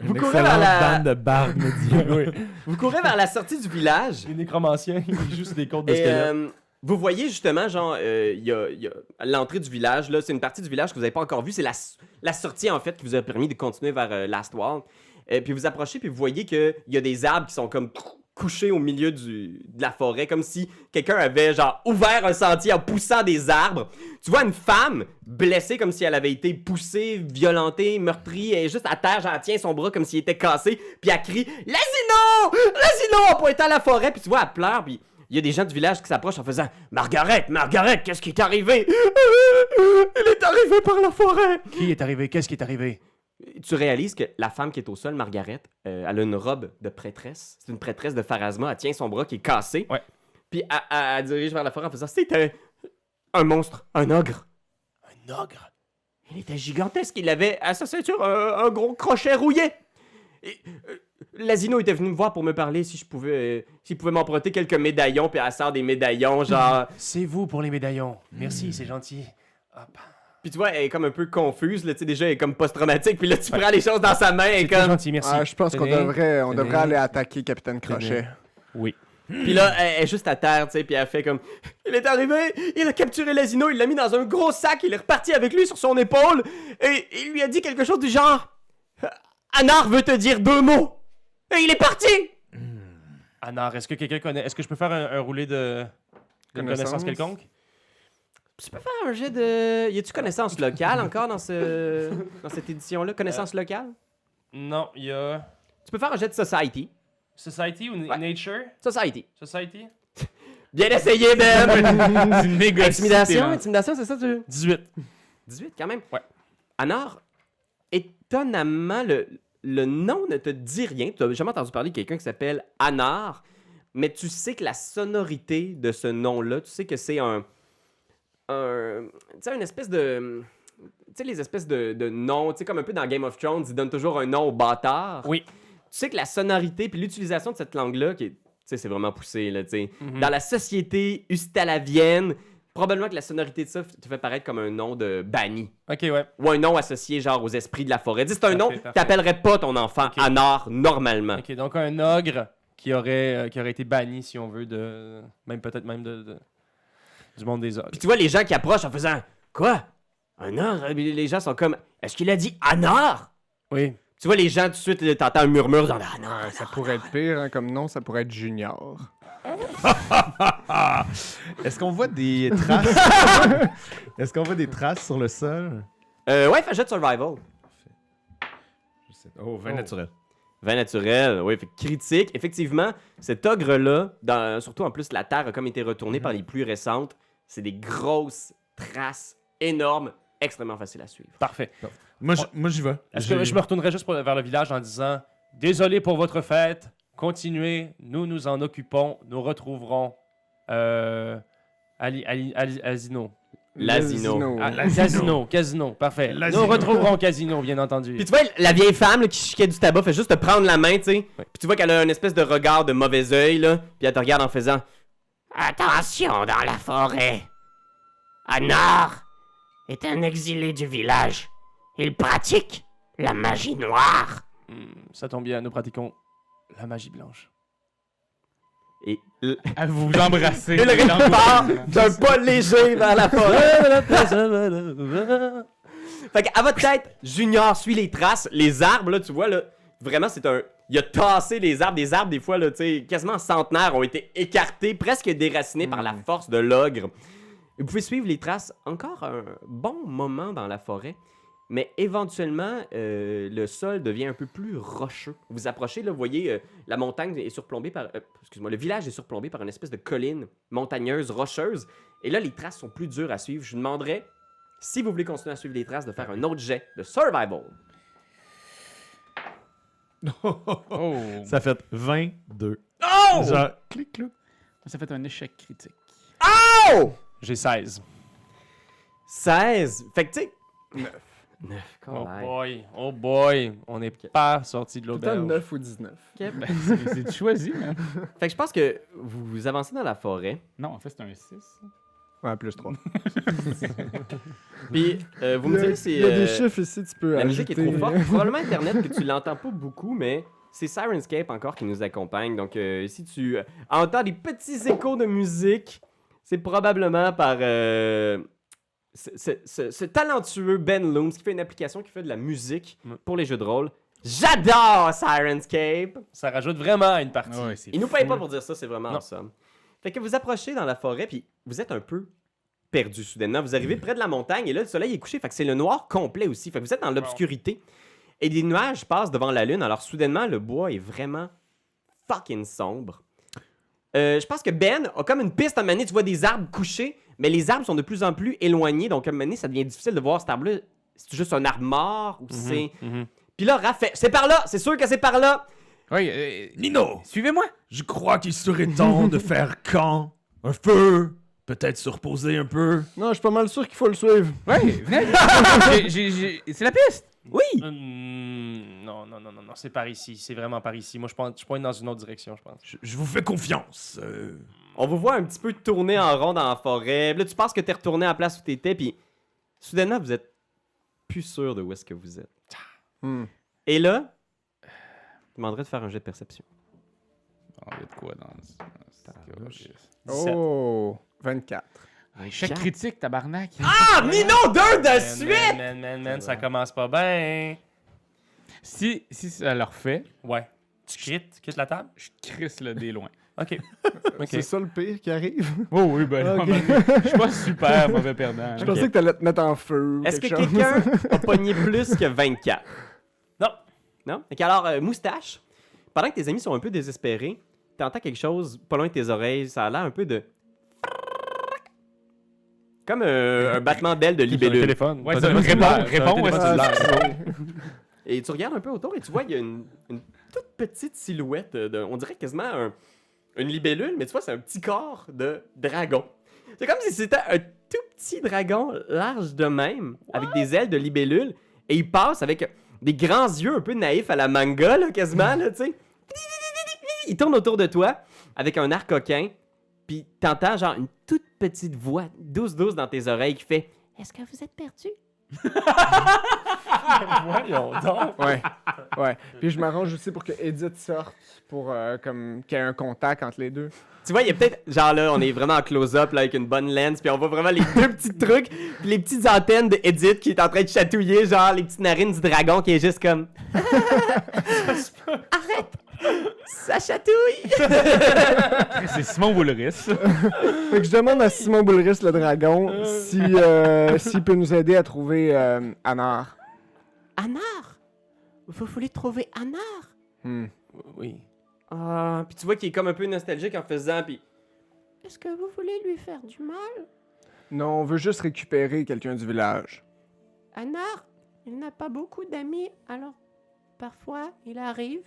[SPEAKER 5] Une
[SPEAKER 1] courez
[SPEAKER 5] excellente
[SPEAKER 1] vers la-
[SPEAKER 5] bande de
[SPEAKER 2] <laughs>
[SPEAKER 5] bardes médiévales.
[SPEAKER 2] Oui.
[SPEAKER 1] vous courez vers la sortie du village.
[SPEAKER 2] Les nécromanciens, <laughs> ils juste des côtes de
[SPEAKER 1] Et,
[SPEAKER 2] squelette.
[SPEAKER 1] euh, vous voyez justement, genre, euh, il y a- il y a l'entrée du village. Là, c'est une partie du village que vous n'avez pas encore vue. C'est la, s- la sortie, en fait, qui vous a permis de continuer vers euh, Last Wall. Euh, puis vous approchez, puis vous voyez qu'il y a des arbres qui sont comme couchés au milieu du- de la forêt, comme si quelqu'un avait, genre, ouvert un sentier en poussant des arbres. Tu vois une femme blessée comme si elle avait été poussée, violentée, meurtrie, et juste à terre, genre, elle tient son bras comme s'il était cassé, puis elle crie « L'asino! L'asino! » en pointant la forêt, puis tu vois, elle pleure, puis il y a des gens du village qui s'approchent en faisant
[SPEAKER 7] Margaret, Margaret, qu'est-ce qui t'est arrivé?
[SPEAKER 1] <laughs> Il est arrivé par la forêt!
[SPEAKER 2] Qui est arrivé? Qu'est-ce qui est arrivé?
[SPEAKER 1] Tu réalises que la femme qui est au sol, Margaret, euh, elle a une robe de prêtresse. C'est une prêtresse de Pharasma. Elle tient son bras qui est cassé.
[SPEAKER 2] Ouais.
[SPEAKER 1] Puis elle, elle- elle dirige vers la forêt en faisant C'est un, un monstre, un ogre.
[SPEAKER 2] Un ogre.
[SPEAKER 1] Il était gigantesque. Il avait à sa ceinture un, un gros crochet rouillé. Et, euh, L'asino était venu me voir pour me parler si je pouvais, euh, s'il pouvait m'emprunter quelques médaillons. Puis elle sort des médaillons, genre.
[SPEAKER 2] C'est vous pour les médaillons. Merci, c'est gentil. Hop.
[SPEAKER 1] Puis tu vois, elle est comme un peu confuse, là, tu sais, déjà, elle est comme post-traumatique, puis là, tu prends les choses dans sa main, elle est
[SPEAKER 2] C'est très
[SPEAKER 1] comme...
[SPEAKER 2] gentil, merci.
[SPEAKER 3] Ah, je pense qu'on
[SPEAKER 2] Tenez.
[SPEAKER 3] devrait, on
[SPEAKER 2] Tenez.
[SPEAKER 3] devrait aller attaquer Capitaine Crochet.
[SPEAKER 1] Puis là, elle, elle est juste à terre, tu sais, puis elle fait comme... Il est arrivé, il a capturé l'asino, il l'a mis dans un gros sac, il est reparti avec lui sur son épaule, et il lui a dit quelque chose du genre... Anar veut te dire deux mots! Et il est parti!
[SPEAKER 2] Anar, est-ce que quelqu'un connaît. Est-ce que je peux faire un, un roulé de. de connaissance.
[SPEAKER 3] Connaissance.
[SPEAKER 2] quelconque
[SPEAKER 1] Tu peux faire Ah, un jet de... Y a-tu connaissance locale encore dans, ce... dans cette édition-là? Connaissance locale?
[SPEAKER 2] Non, il y a.
[SPEAKER 1] Tu peux faire un jet de society.
[SPEAKER 2] Society ou na-
[SPEAKER 1] Ouais.
[SPEAKER 2] Nature
[SPEAKER 1] Society.
[SPEAKER 2] Society <laughs>
[SPEAKER 1] Bien essayé, <laughs> Ben!
[SPEAKER 4] Tu négocies tes
[SPEAKER 1] intimidation,
[SPEAKER 4] ventes.
[SPEAKER 1] intimidation, c'est ça, tu...
[SPEAKER 2] 18.
[SPEAKER 1] 18 quand même.
[SPEAKER 2] Ouais.
[SPEAKER 1] Anar, étonnamment, le, le nom ne te dit rien. Tu n'as jamais entendu parler de quelqu'un qui s'appelle Anar, mais tu sais que la sonorité de ce nom-là, tu sais que c'est un. un tu sais, une espèce de. Tu sais, les espèces de, de noms, tu sais, comme un peu dans Game of Thrones, ils donnent toujours un nom au bâtard.
[SPEAKER 2] Oui.
[SPEAKER 1] Tu sais que la sonorité puis l'utilisation de cette langue-là, qui est. Tu sais, c'est vraiment poussé, là, tu sais.
[SPEAKER 2] Mhm.
[SPEAKER 1] Dans la société ustalavienne, probablement que la sonorité de ça f- te fait paraître comme un nom de banni
[SPEAKER 2] Ok, ouais.
[SPEAKER 1] ou un nom associé genre aux esprits de la forêt. Dis, c'est un
[SPEAKER 2] Parfait,
[SPEAKER 1] nom,
[SPEAKER 2] parfait.
[SPEAKER 1] t'appellerais pas ton enfant
[SPEAKER 2] Ok.
[SPEAKER 1] Anar normalement.
[SPEAKER 2] Ok, donc un ogre qui aurait, euh, qui aurait été banni, si on veut, de. Même peut-être même de, de- du monde des ogres.
[SPEAKER 1] Puis tu vois les gens qui approchent en faisant quoi Un or Les gens sont comme est-ce qu'il a dit Anar
[SPEAKER 2] Oui.
[SPEAKER 1] Tu vois les gens tout de suite là, t'entends un murmure dans Ah, non,
[SPEAKER 3] Ça pourrait être pire, hein, comme nom, ça pourrait être Junior.
[SPEAKER 5] <laughs> Est-ce qu'on voit des traces <laughs> Est-ce qu'on voit des traces sur le sol
[SPEAKER 1] Euh, ouais, fais un jet de survival.
[SPEAKER 5] Je sais pas. Oh, vin
[SPEAKER 6] Oh.
[SPEAKER 5] naturel.
[SPEAKER 1] 20 naturel, oui, fait que critique. Effectivement, cet ogre-là, dans- surtout en plus, la terre a comme été retournée par les pluies récentes. C'est des grosses traces énormes, extrêmement faciles à suivre.
[SPEAKER 2] Parfait.
[SPEAKER 5] Moi,
[SPEAKER 6] Oh.
[SPEAKER 5] je- moi, j'y vais.
[SPEAKER 2] Est-ce que
[SPEAKER 5] J'ai-
[SPEAKER 2] je me retournerai juste pour- vers le village en disant Désolé pour votre fête, continuez, nous nous en occupons, nous retrouverons euh, Ali, Ali- Ali- Asino.
[SPEAKER 1] L'asino.
[SPEAKER 2] Ah, Casino, Casino, parfait.
[SPEAKER 6] L'asino.
[SPEAKER 2] Nous retrouverons Casino, bien entendu.
[SPEAKER 1] Puis tu vois, la vieille femme là, qui chiquait du tabac fait juste te prendre la main, tu sais. Puis tu vois qu'elle a une espèce de regard de mauvais œil, là. Puis elle te regarde en faisant
[SPEAKER 7] Attention dans la forêt. Anar est un exilé du village. Il pratique la magie noire.
[SPEAKER 2] Hmm, ça tombe bien, nous pratiquons la magie blanche.
[SPEAKER 1] et l-
[SPEAKER 4] À vous embrasser.
[SPEAKER 1] et le
[SPEAKER 4] les
[SPEAKER 1] rythme
[SPEAKER 4] langues.
[SPEAKER 1] part d'un pas léger vers la forêt. fait qu'à votre tête, Junior suit les traces, les arbres, là, tu vois, là. Vraiment, c'est un. Il a tassé les arbres. Des arbres, des fois, là, tu sais, quasiment centenaires ont été écartés, presque déracinés par la force de l'ogre. Vous pouvez suivre les traces encore un bon moment dans la forêt, mais éventuellement, euh, le sol devient un peu plus rocheux. Vous approchez, là, vous voyez, euh, la montagne est surplombée par. euh, Excuse-moi, le village est surplombé par une espèce de colline montagneuse, rocheuse. Et là, les traces sont plus dures à suivre. Je vous demanderais, si vous voulez continuer à suivre les traces, de faire un autre jet de survival.
[SPEAKER 4] Oh! Ça,
[SPEAKER 5] Ça fait 22.
[SPEAKER 1] Oh!
[SPEAKER 5] Genre, clic, clic.
[SPEAKER 4] fait un échec critique.
[SPEAKER 2] J'ai 16.
[SPEAKER 1] 16. Fait que, tu sais. 9. 9,
[SPEAKER 2] Oh boy, oh boy, on n'est pas sorti de
[SPEAKER 3] Tout le temps
[SPEAKER 2] l'auberge.
[SPEAKER 3] 9 ou 19.
[SPEAKER 4] <laughs> Ben, c'est c'est choisi, man.
[SPEAKER 1] Fait que je pense que vous, vous avancez dans la forêt.
[SPEAKER 4] Non, en fait, c'est un 6.
[SPEAKER 3] Ouais, plus 3.
[SPEAKER 1] Puis, euh, vous me direz si.
[SPEAKER 3] Il y a
[SPEAKER 1] euh,
[SPEAKER 3] des chiffres ici, tu peux
[SPEAKER 1] La
[SPEAKER 3] ajouter. euh,
[SPEAKER 1] musique est trop forte.
[SPEAKER 3] <laughs>
[SPEAKER 1] Probablement Internet que tu l'entends pas beaucoup, mais c'est Sirenscape encore qui nous accompagne. Donc, euh, si tu euh, entends des petits échos de musique, c'est probablement par euh, ce, ce- ce- ce talentueux Ben Looms qui fait une application qui fait de la musique
[SPEAKER 2] Ouais.
[SPEAKER 1] pour les jeux de rôle. J'adore Sirenscape!
[SPEAKER 2] Ça rajoute vraiment à une partie.
[SPEAKER 4] Ouais, c'est
[SPEAKER 1] Ils nous payent pas pour dire ça, c'est vraiment
[SPEAKER 2] Non.
[SPEAKER 1] en somme. Fait que vous approchez dans la forêt, puis vous êtes un peu perdu soudainement. Vous arrivez près de la montagne, et là, le soleil est couché, fait que c'est le noir complet aussi. Fait que vous êtes dans l'obscurité, et des nuages passent devant la lune, alors soudainement, le bois est vraiment fucking sombre. Euh, je pense que Ben a comme une piste à maner, tu vois des arbres couchés, mais les arbres sont de plus en plus éloignés, donc à maner, ça devient difficile de voir cet arbre-là. C'est juste un arbre mort ou c'est.
[SPEAKER 2] mhm.
[SPEAKER 1] Puis là, Raph fait C'est par là, c'est sûr que c'est par là.
[SPEAKER 4] Oui, euh,
[SPEAKER 6] Nino,
[SPEAKER 4] suivez-moi!
[SPEAKER 6] je crois qu'il serait temps de faire quand Un feu Peut-être se reposer un peu
[SPEAKER 3] Non, je suis pas mal sûr qu'il faut le suivre.
[SPEAKER 4] Ouais, venez! <laughs> J'ai- j'ai- j'ai- C'est la piste!
[SPEAKER 2] Hmm, non, non, non, non, non, c'est par ici, c'est vraiment par ici. Moi, je pense- je pointe dans une autre direction, je pense.
[SPEAKER 6] Je, je vous fais confiance. euh.
[SPEAKER 1] On vous voit un petit peu tourner en rond dans la forêt. Là, tu penses que t'es retourné à la place où t'étais, puis soudainement, vous êtes plus sûr de où est-ce que vous êtes.
[SPEAKER 3] Hmm.
[SPEAKER 1] Et là, je demanderais de faire un jet de perception.
[SPEAKER 4] Oh, il y a de quoi dans ce- dans ce- Ah,
[SPEAKER 2] 17.
[SPEAKER 3] Oh, 24.
[SPEAKER 4] Échec critique, tabarnak!
[SPEAKER 1] Ah, Nino, Ah, deux de
[SPEAKER 2] Man, man, man, man, man, ça commence pas bien.
[SPEAKER 4] Si, si ça leur fait,
[SPEAKER 2] Ouais. Tu quittes, quittes la table?
[SPEAKER 4] je crisse le dé loin.
[SPEAKER 2] OK. OK.
[SPEAKER 3] C'est ça le pire qui arrive.
[SPEAKER 4] <laughs> Oh oui, ben là,
[SPEAKER 3] Ok.
[SPEAKER 4] à un moment donné, je suis pas super mauvais perdant.
[SPEAKER 3] Je
[SPEAKER 4] là.
[SPEAKER 3] pensais que t'allais te mettre en feu. ou
[SPEAKER 1] Est-ce que
[SPEAKER 3] quelque chose. <laughs>
[SPEAKER 1] quelqu'un a pogné plus que 24?
[SPEAKER 2] Non.
[SPEAKER 1] Non? Fait que alors, euh, moustache, pendant que tes amis sont un peu désespérés, t'entends quelque chose pas loin de tes oreilles. Ça a l'air un peu de... Comme euh, un battement d'ailes de libellule.
[SPEAKER 2] téléphone.
[SPEAKER 4] Ouais, ça, réponds, réponds, ouais,
[SPEAKER 5] Euh,
[SPEAKER 4] c'est
[SPEAKER 3] Ah, c'est bon.
[SPEAKER 1] Et tu regardes un peu autour et tu vois, il y a une, une toute petite silhouette, euh, de, on dirait quasiment un- une libellule, mais tu vois, c'est un petit corps de dragon. C'est comme si c'était un tout petit dragon large de même, avec des ailes de libellule, et il passe avec des grands yeux un peu naïfs à la manga, là, quasiment, là, tu sais. Il tourne autour de toi avec un arc coquin, puis t'entends genre une toute petite voix douce-douce dans tes oreilles qui fait
[SPEAKER 8] Est-ce que vous êtes perdu?
[SPEAKER 2] Voyons donc.
[SPEAKER 1] <laughs>
[SPEAKER 3] Ouais, ouais. Puis je m'arrange aussi pour que Edith sorte, pour euh, comme qu'il y ait un contact entre les deux.
[SPEAKER 1] Tu vois, il y a peut-être. Genre là, on est vraiment en close-up là, avec une bonne lens, puis on voit vraiment les deux petits trucs, puis les petites antennes de Edith qui est en train de chatouiller, genre les petites narines du dragon qui est juste comme. Arrête! Ça chatouille!
[SPEAKER 4] C'est Simon Boulris.
[SPEAKER 3] Fait que je demande à Simon Boulris le dragon si euh, s'il peut nous aider à trouver euh, Anar.
[SPEAKER 1] Anar! Vous voulez trouver Anar?
[SPEAKER 3] Hmm.
[SPEAKER 2] Oui.
[SPEAKER 1] Ah, puis tu vois qu'il est comme un peu nostalgique en faisant, puis.
[SPEAKER 8] Est-ce que vous voulez lui faire du mal?
[SPEAKER 3] Non, on veut juste récupérer quelqu'un du village.
[SPEAKER 8] Anar, il n'a pas beaucoup d'amis, alors parfois il arrive,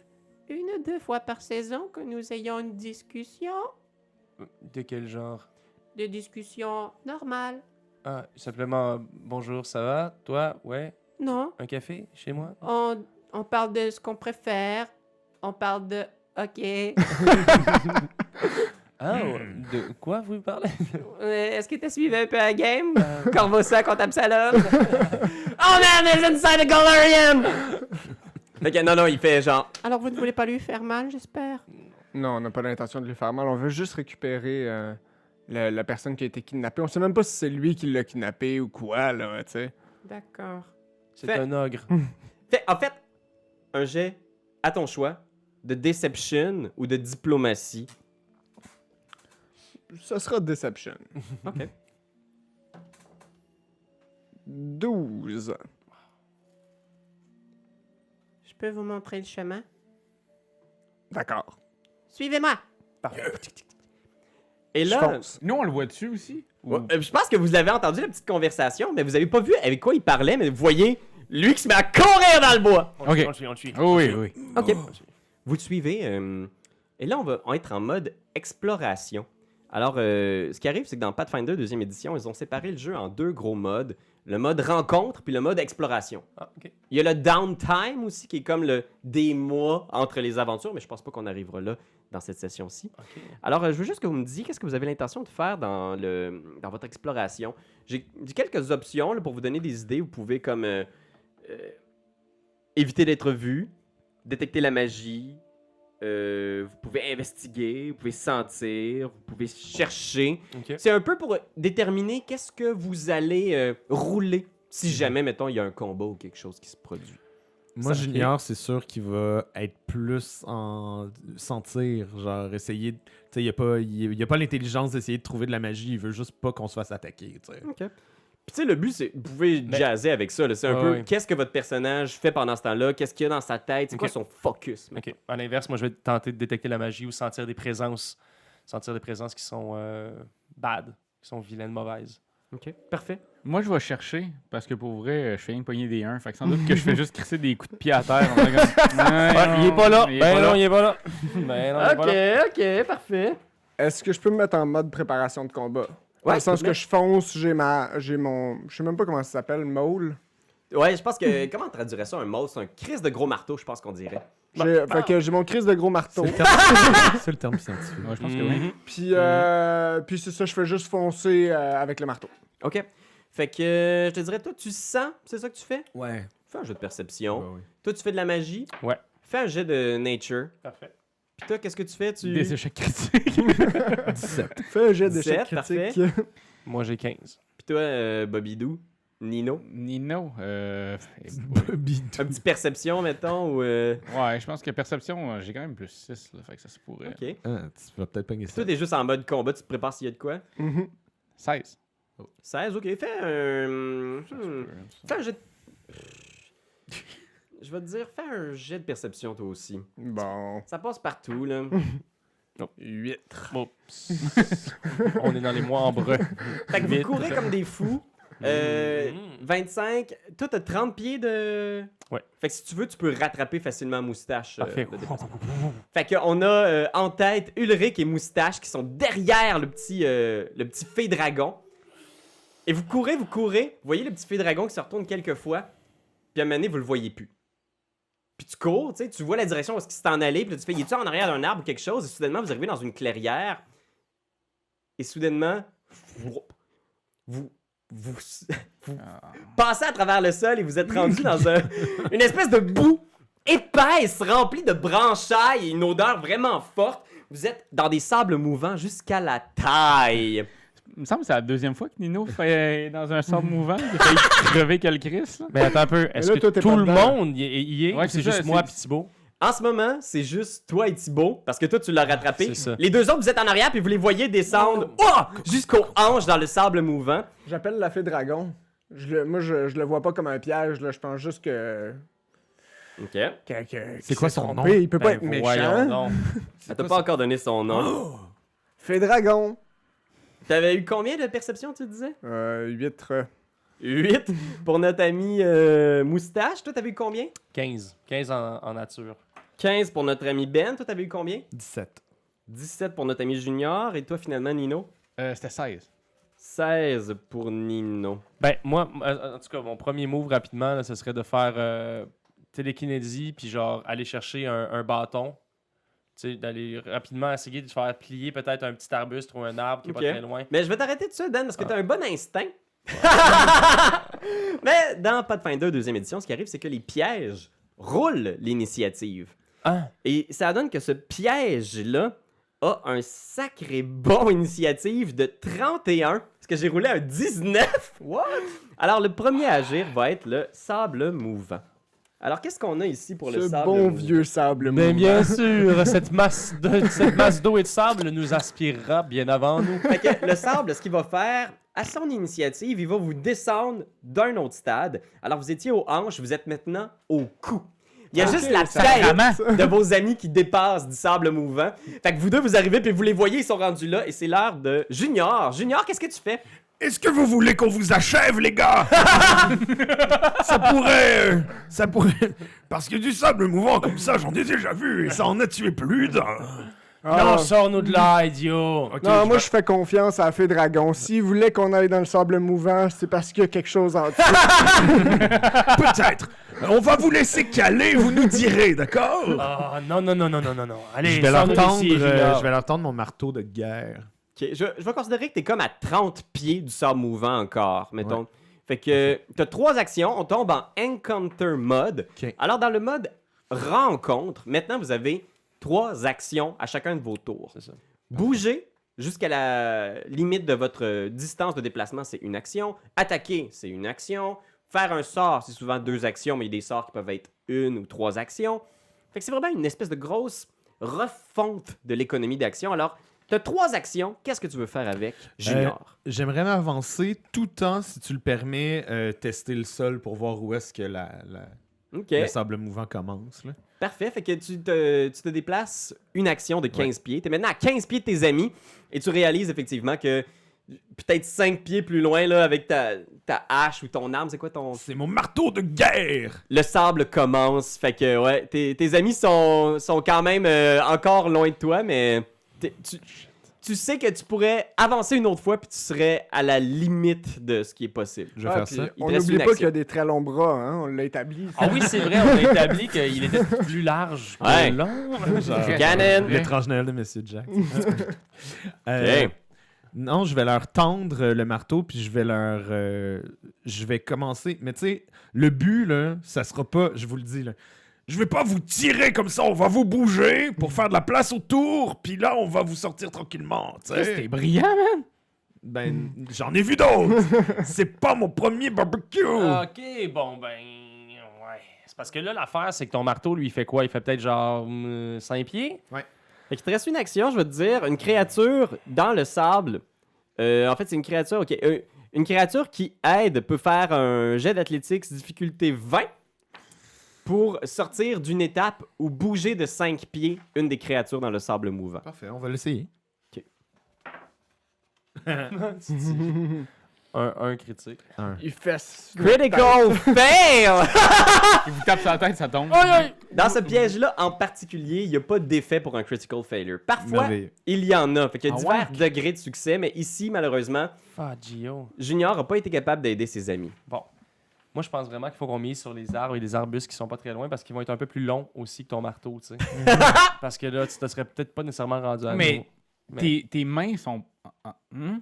[SPEAKER 8] une ou deux fois par saison, que nous ayons une discussion,
[SPEAKER 2] De quel genre?
[SPEAKER 8] des discussions normales.
[SPEAKER 2] Ah, simplement, euh, bonjour, ça va? Toi? Ouais?
[SPEAKER 8] Non,
[SPEAKER 2] Un café? Chez moi?
[SPEAKER 8] on, on parle de ce qu'on préfère, on parle de... Ok, Euh,
[SPEAKER 2] Ah, de quoi vous parlez?
[SPEAKER 8] est-ce que t'as suivi un peu la game? <laughs>
[SPEAKER 1] Corvo ça contre Absalom. oh man, there's inside a Galarian! fait que non, non, il fait genre.
[SPEAKER 8] Alors vous ne voulez pas lui faire mal, j'espère.
[SPEAKER 3] Non, on n'a pas l'intention de lui faire mal. On veut juste récupérer euh, la, la personne qui a été kidnappée. On sait même pas si c'est lui qui l'a kidnappé ou quoi, là, tu sais.
[SPEAKER 8] D'accord.
[SPEAKER 2] C'est
[SPEAKER 1] Fait-
[SPEAKER 2] un ogre.
[SPEAKER 1] Fait, en fait, un jet à ton choix, de deception ou de diplomatie.
[SPEAKER 3] Ça sera Deception.
[SPEAKER 1] Ok.
[SPEAKER 3] 12.
[SPEAKER 8] Je peux vous montrer le chemin
[SPEAKER 3] D'accord.
[SPEAKER 8] Suivez-moi
[SPEAKER 1] Et
[SPEAKER 3] Je
[SPEAKER 1] là,
[SPEAKER 3] fonce.
[SPEAKER 4] Nous, on le voit dessus aussi?
[SPEAKER 1] Ouais, euh, je pense que vous avez entendu la petite conversation, mais vous avez pas vu avec quoi il parlait, mais vous voyez lui qui se met à courir dans le bois.
[SPEAKER 2] On le
[SPEAKER 4] Ok.
[SPEAKER 2] suit, on le suit, on le suit.
[SPEAKER 4] Oh oui, oui.
[SPEAKER 1] Ok. Vous le suivez. euh, et là, on va être en mode exploration. Alors, euh, ce qui arrive, c'est que dans Pathfinder 2 édition, ils ont séparé le jeu en deux gros modes. Le mode rencontre, puis le mode exploration.
[SPEAKER 2] Ah, ok.
[SPEAKER 1] Il y a le downtime aussi, qui est comme le des mois entre les aventures, mais je pense pas qu'on arrivera là dans cette session-ci.
[SPEAKER 2] Ok.
[SPEAKER 1] Alors, euh, je veux juste que vous me disiez qu'est-ce que vous avez l'intention de faire dans, le, dans votre exploration. J'ai j'ai quelques options là, pour vous donner des idées. Vous pouvez comme euh, euh, éviter d'être vu, détecter la magie, euh, vous pouvez investiguer, vous pouvez sentir, vous pouvez chercher.
[SPEAKER 2] Ok.
[SPEAKER 1] C'est un peu pour euh, déterminer qu'est-ce que vous allez euh, rouler si jamais, mettons, il y a un combat ou quelque chose qui se produit.
[SPEAKER 5] Moi,
[SPEAKER 1] Ça-
[SPEAKER 5] Junior, c'est sûr qu'il va être plus en sentir, genre essayer. de- Tu sais, il a pas, il a- il a pas l'intelligence d'essayer de trouver de la magie. Il veut juste pas qu'on se fasse attaquer. tu sais.
[SPEAKER 1] Puis tu sais, le but, c'est vous pouvez
[SPEAKER 2] Mais-
[SPEAKER 1] jazzer avec ça. là. C'est un
[SPEAKER 2] Ouais,
[SPEAKER 1] peu
[SPEAKER 2] ouais.
[SPEAKER 1] qu'est-ce que votre personnage fait pendant ce temps-là, qu'est-ce qu'il y a dans sa tête, c'est quoi
[SPEAKER 2] Ok.
[SPEAKER 1] son focus. mettons.
[SPEAKER 2] Ok. À l'inverse, moi, je vais tenter de détecter la magie ou sentir des présences. Sentir des présences qui sont euh, bad, qui sont vilaines, mauvaises.
[SPEAKER 1] Ok, parfait.
[SPEAKER 4] Moi, je vais chercher, parce que pour vrai, euh, je fais une poignée des 1. Fait que sans doute que je fais juste crisser des coups de pied à terre. On est <laughs> comme,
[SPEAKER 2] Ah,
[SPEAKER 4] non,
[SPEAKER 2] il est pas là!
[SPEAKER 4] il est
[SPEAKER 2] ben
[SPEAKER 4] pas
[SPEAKER 2] non,
[SPEAKER 4] là.
[SPEAKER 2] il est
[SPEAKER 4] <laughs>
[SPEAKER 2] pas là! ben non, il est pas là!
[SPEAKER 1] ok, parfait.
[SPEAKER 3] Est-ce que je peux me mettre en mode préparation de combat? Dans
[SPEAKER 1] Ouais,
[SPEAKER 3] le sens
[SPEAKER 1] mais-
[SPEAKER 3] que je fonce, j'ai ma. j'ai mon. Je sais même pas comment ça s'appelle, maul.
[SPEAKER 1] Ouais, je pense que. <laughs> Comment on traduirait ça un mot C'est un crise de gros marteau, je pense qu'on dirait.
[SPEAKER 3] J'ai- Fait que j'ai mon crise de gros marteau.
[SPEAKER 5] C'est le terme- c'est le terme scientifique. Hmm.
[SPEAKER 4] Ouais, je pense que
[SPEAKER 2] Mhm.
[SPEAKER 4] oui.
[SPEAKER 3] Puis, euh, puis c'est ça, je fais juste foncer euh, avec le marteau.
[SPEAKER 1] Ok. Fait que euh, je te dirais, toi, tu sens, c'est ça que tu fais
[SPEAKER 5] Ouais.
[SPEAKER 1] Fais un jeu de perception.
[SPEAKER 5] Bah oui.
[SPEAKER 1] Toi, tu fais de la magie.
[SPEAKER 2] Ouais.
[SPEAKER 1] Fais un jet de nature.
[SPEAKER 2] Parfait.
[SPEAKER 1] Puis toi, qu'est-ce que tu fais Tu.
[SPEAKER 4] Des échecs <laughs> critiques.
[SPEAKER 5] 17.
[SPEAKER 3] Fais un jet d'échec
[SPEAKER 1] 17,
[SPEAKER 3] critique.
[SPEAKER 2] Moi, j'ai 15.
[SPEAKER 1] Puis toi, euh, Bobidou, Nino.
[SPEAKER 4] Nino. Euh... eh boy.
[SPEAKER 5] Bobby.
[SPEAKER 1] Un petit perception, mettons, ou. euh,
[SPEAKER 4] Ouais, je pense que perception, euh, j'ai quand même plus 6. Là, fait que ça se pourrait.
[SPEAKER 1] Ok.
[SPEAKER 5] Ah, tu vas peut-être pogner ça.
[SPEAKER 1] Toi, t'es juste en mode combat, tu te prépares s'il y a de quoi.
[SPEAKER 3] Mhm.
[SPEAKER 4] 16.
[SPEAKER 1] 16, ok. Fais un. hmm, Fais un jet de. <laughs> Je vais te dire, fais un jet de perception, toi aussi.
[SPEAKER 3] Bon.
[SPEAKER 1] Ça passe partout, là.
[SPEAKER 3] 8.
[SPEAKER 2] Oh. Oups. <laughs> on est dans les mois ambreux.
[SPEAKER 1] Fait que vous courez comme des fous.
[SPEAKER 2] Mmh.
[SPEAKER 1] Euh,
[SPEAKER 2] Mhm.
[SPEAKER 1] 25. Toi, t'as 30 pieds de.
[SPEAKER 2] Ouais.
[SPEAKER 1] Fait que si tu veux, tu peux rattraper facilement Moustache. euh,
[SPEAKER 2] Parfait.
[SPEAKER 1] de déplacement. fait qu'on a euh, en tête Ulrich et Moustache qui sont derrière le petit, euh, le petit fée dragon. Et vous courez, vous courez. Vous voyez le petit fée dragon qui se retourne quelques fois. Puis à un moment donné, vous le voyez plus. Puis tu cours, tu sais, tu vois la direction où est-ce qu'il s'est en allé. Puis là, tu fais, il est en arrière d'un arbre ou quelque chose? Et soudainement, vous arrivez dans une clairière. Et soudainement, vous, vous,
[SPEAKER 4] Ah.
[SPEAKER 1] passez à travers le sol et vous êtes rendu dans un- une espèce de boue épaisse, remplie de branchailles et une odeur vraiment forte. Vous êtes dans des sables mouvants jusqu'à la taille.
[SPEAKER 4] Il me semble que c'est la deuxième fois que Nino fait euh, dans un sort mouvant. Il a failli crever que le Chris. là.
[SPEAKER 2] Mais attends un peu,
[SPEAKER 3] là,
[SPEAKER 2] est-ce que
[SPEAKER 3] toi, t'es
[SPEAKER 2] tout
[SPEAKER 3] pas
[SPEAKER 2] le
[SPEAKER 3] dedans.
[SPEAKER 2] monde y est, y est
[SPEAKER 4] Ouais,
[SPEAKER 2] ou c'est
[SPEAKER 4] c'est ça,
[SPEAKER 2] juste moi
[SPEAKER 4] c'est-
[SPEAKER 2] et Thibaut?
[SPEAKER 1] En ce moment, c'est juste toi et Thibaut, parce que toi, tu l'as rattrapé.
[SPEAKER 2] C'est ça.
[SPEAKER 1] Les deux autres, vous êtes en arrière, puis vous les voyez descendre ouah, jusqu'aux hanches dans le sable mouvant.
[SPEAKER 3] J'appelle la fée dragon. Je le, moi, je, je le vois pas comme un piège, là. Je pense juste que.
[SPEAKER 1] OK.
[SPEAKER 3] que- que-
[SPEAKER 5] C'est
[SPEAKER 3] qu'il
[SPEAKER 5] quoi
[SPEAKER 3] s'est
[SPEAKER 5] son
[SPEAKER 3] trompé. Il peut pas
[SPEAKER 2] Ben,
[SPEAKER 3] être
[SPEAKER 2] voyons
[SPEAKER 3] méchant.
[SPEAKER 2] donc.
[SPEAKER 1] Elle t'a pas encore donné son nom.
[SPEAKER 3] Fée dragon.
[SPEAKER 1] Oh! T'avais eu combien de perceptions, tu disais?
[SPEAKER 3] Euh, 8.
[SPEAKER 1] 8 pour notre ami euh, Moustache. Toi, t'avais eu combien?
[SPEAKER 2] 15. 15 en, en nature.
[SPEAKER 1] 15 pour notre ami Ben. Toi, t'avais eu combien?
[SPEAKER 5] 17.
[SPEAKER 1] 17 pour notre ami Junior. Et toi, finalement, Nino?
[SPEAKER 4] Euh, C'était 16.
[SPEAKER 1] 16 pour Nino.
[SPEAKER 2] Ben, moi, m- euh, en tout cas, mon premier move rapidement, là, ce serait de faire euh, télékinésie, puis genre aller chercher un, un bâton. Tu sais, d'aller rapidement essayer de faire plier peut-être un petit arbuste ou un arbre qui est
[SPEAKER 1] Ok.
[SPEAKER 2] pas très loin.
[SPEAKER 1] Mais je vais t'arrêter de ça, Dan, parce que
[SPEAKER 2] Ah.
[SPEAKER 1] t'as un bon instinct. <laughs> Mais dans Pathfinder 2 édition, ce qui arrive, c'est que les pièges roulent l'initiative.
[SPEAKER 2] Ah,
[SPEAKER 1] Et ça donne que ce piège-là a un sacré bon initiative de 31, parce que j'ai roulé un 19. What? Alors, le premier à agir va être le sable mouvant. Alors, qu'est-ce qu'on a ici pour le
[SPEAKER 3] Ce
[SPEAKER 1] sable?
[SPEAKER 3] bon
[SPEAKER 1] mou?
[SPEAKER 3] vieux sable mou.
[SPEAKER 2] Mais Ben, bien sûr, <laughs> cette masse de- cette masse d'eau et de sable nous aspirera bien avant nous.
[SPEAKER 1] Fait que le sable, ce qu'il va faire, à son initiative, il va vous descendre d'un autre stade. Alors, vous étiez aux hanches, vous êtes maintenant au cou. Il y a juste la
[SPEAKER 4] sacrément.
[SPEAKER 1] tête de vos amis qui dépassent du sable mouvant. Fait que vous deux, vous arrivez, puis vous les voyez, ils sont rendus là, et c'est l'heure de Junior. Junior, qu'est-ce que tu fais?
[SPEAKER 6] Est-ce que vous voulez qu'on vous achève, les gars Ça pourrait... euh, Ça pourrait... Parce que du sable mouvant comme ça, j'en ai déjà vu, et ça en a tué plus d'un.
[SPEAKER 5] Ah.
[SPEAKER 2] Non, sors-nous de là, idiot!
[SPEAKER 3] non, moi, je fais confiance à la fée dragon. S'il voulait qu'on aille dans le sable mouvant, c'est parce qu'il y a quelque chose en dessous.
[SPEAKER 6] Peut-être. On va vous laisser caler, vous nous direz, d'accord
[SPEAKER 2] Ah, non, non, non, non, non, non, non. Allez,
[SPEAKER 5] je vais leur
[SPEAKER 2] sors-nous
[SPEAKER 5] tendre,
[SPEAKER 2] d'ici,
[SPEAKER 5] euh,
[SPEAKER 2] Junior.
[SPEAKER 5] je vais leur tendre mon marteau de guerre.
[SPEAKER 1] Ok, je, je vais considérer que t'es comme à 30 pieds du sable mouvant encore, mettons. Fait que t'as trois actions, on tombe en Encounter mode.
[SPEAKER 5] Ok.
[SPEAKER 1] Alors, dans le mode Rencontre, maintenant, vous avez trois actions à chacun de vos tours.
[SPEAKER 2] ça.
[SPEAKER 1] Bouger jusqu'à la limite de votre distance de déplacement, c'est une action. Attaquer, c'est une action. Faire un sort, c'est souvent deux actions, mais il y a des sorts qui peuvent être une ou trois actions. Fait que c'est vraiment une espèce de grosse refonte de l'économie d'action. Alors, T'as trois actions. Qu'est-ce que tu veux faire avec Junior?
[SPEAKER 5] J'aimerais m'avancer tout en, si tu le permets, euh, tester le sol pour voir où est-ce que la- la-
[SPEAKER 1] ok.
[SPEAKER 5] le sable mouvant commence. là.
[SPEAKER 1] Parfait. Fait que tu te, tu te déplaces une action de 15 pieds. T'es maintenant à 15 pieds de tes amis et tu réalises effectivement que peut-être 5 pieds plus loin, là, avec ta, ta hache ou ton arme, c'est quoi ton.
[SPEAKER 6] C'est mon marteau de guerre
[SPEAKER 1] Le sable commence. Fait que, ouais, tes, tes amis sont, sont quand même euh, encore loin de toi, mais t'es- tu, tu sais que tu pourrais avancer une autre fois puis tu serais à la limite de ce qui est possible.
[SPEAKER 5] Je vais
[SPEAKER 3] Ah,
[SPEAKER 5] faire
[SPEAKER 3] puis
[SPEAKER 5] ça.
[SPEAKER 1] <laughs> Il
[SPEAKER 3] On
[SPEAKER 1] te reste
[SPEAKER 3] n'oublie
[SPEAKER 1] une
[SPEAKER 3] pas qu'il y
[SPEAKER 1] action.
[SPEAKER 3] a des très longs bras, hein. On l'a établi.
[SPEAKER 2] Ah oui, c'est vrai, on a établi qu'il
[SPEAKER 5] <laughs>
[SPEAKER 2] était plus large que
[SPEAKER 1] Ouais.
[SPEAKER 2] long.
[SPEAKER 4] Euh,
[SPEAKER 1] Ganon!
[SPEAKER 5] L'étrange Noël de Monsieur Jack. Euh,
[SPEAKER 1] Ok.
[SPEAKER 5] Non, je vais leur tendre euh, le marteau, puis je vais leur. euh, je vais commencer. Mais tu sais, le but, là, ça sera pas. Je vous le dis, là.
[SPEAKER 6] Je vais pas vous tirer comme ça, on va vous bouger pour faire de la place autour, puis là, on va vous sortir tranquillement, tu sais.
[SPEAKER 4] C'était brillant, man.
[SPEAKER 5] Ben,
[SPEAKER 6] J'en ai vu d'autres C'est pas mon premier barbecue
[SPEAKER 2] Ok, bon, ben. Ouais. C'est parce que là, l'affaire, c'est que ton marteau, lui, il fait quoi Il fait peut-être genre 5 pieds
[SPEAKER 1] Fait qu'il te reste une action, je vais te dire, une créature dans le sable. Euh, en fait, c'est une créature, ok. euh, une créature qui aide peut faire un jet d'athlétics difficulté 20 pour sortir d'une étape ou bouger de 5 pieds une des créatures dans le sable mouvant.
[SPEAKER 5] parfait, on va l'essayer.
[SPEAKER 2] un, un critique.
[SPEAKER 3] Il fesse.
[SPEAKER 1] Critical fail!
[SPEAKER 4] Il vous tape sur la tête, ça tombe.
[SPEAKER 1] Dans ce piège-là en particulier, il n'y a pas d'effet pour un critical failure. Parfois,
[SPEAKER 5] Merveilleux.
[SPEAKER 1] il y en a. Fait qu'il y a
[SPEAKER 4] Ah
[SPEAKER 1] divers degrés de succès, mais ici, malheureusement,
[SPEAKER 2] Ah, Gio.
[SPEAKER 1] Junior n'a pas été capable d'aider ses amis.
[SPEAKER 2] Bon. Moi, je pense vraiment qu'il faut qu'on mise sur les arbres et les arbustes qui sont pas très loin parce qu'ils vont être un peu plus longs aussi que ton marteau, <laughs> tu sais. parce que là, tu te serais peut-être pas nécessairement rendu à
[SPEAKER 4] Mais-
[SPEAKER 2] nous.
[SPEAKER 4] Tes, tes mains sont. ah, ah, hmm?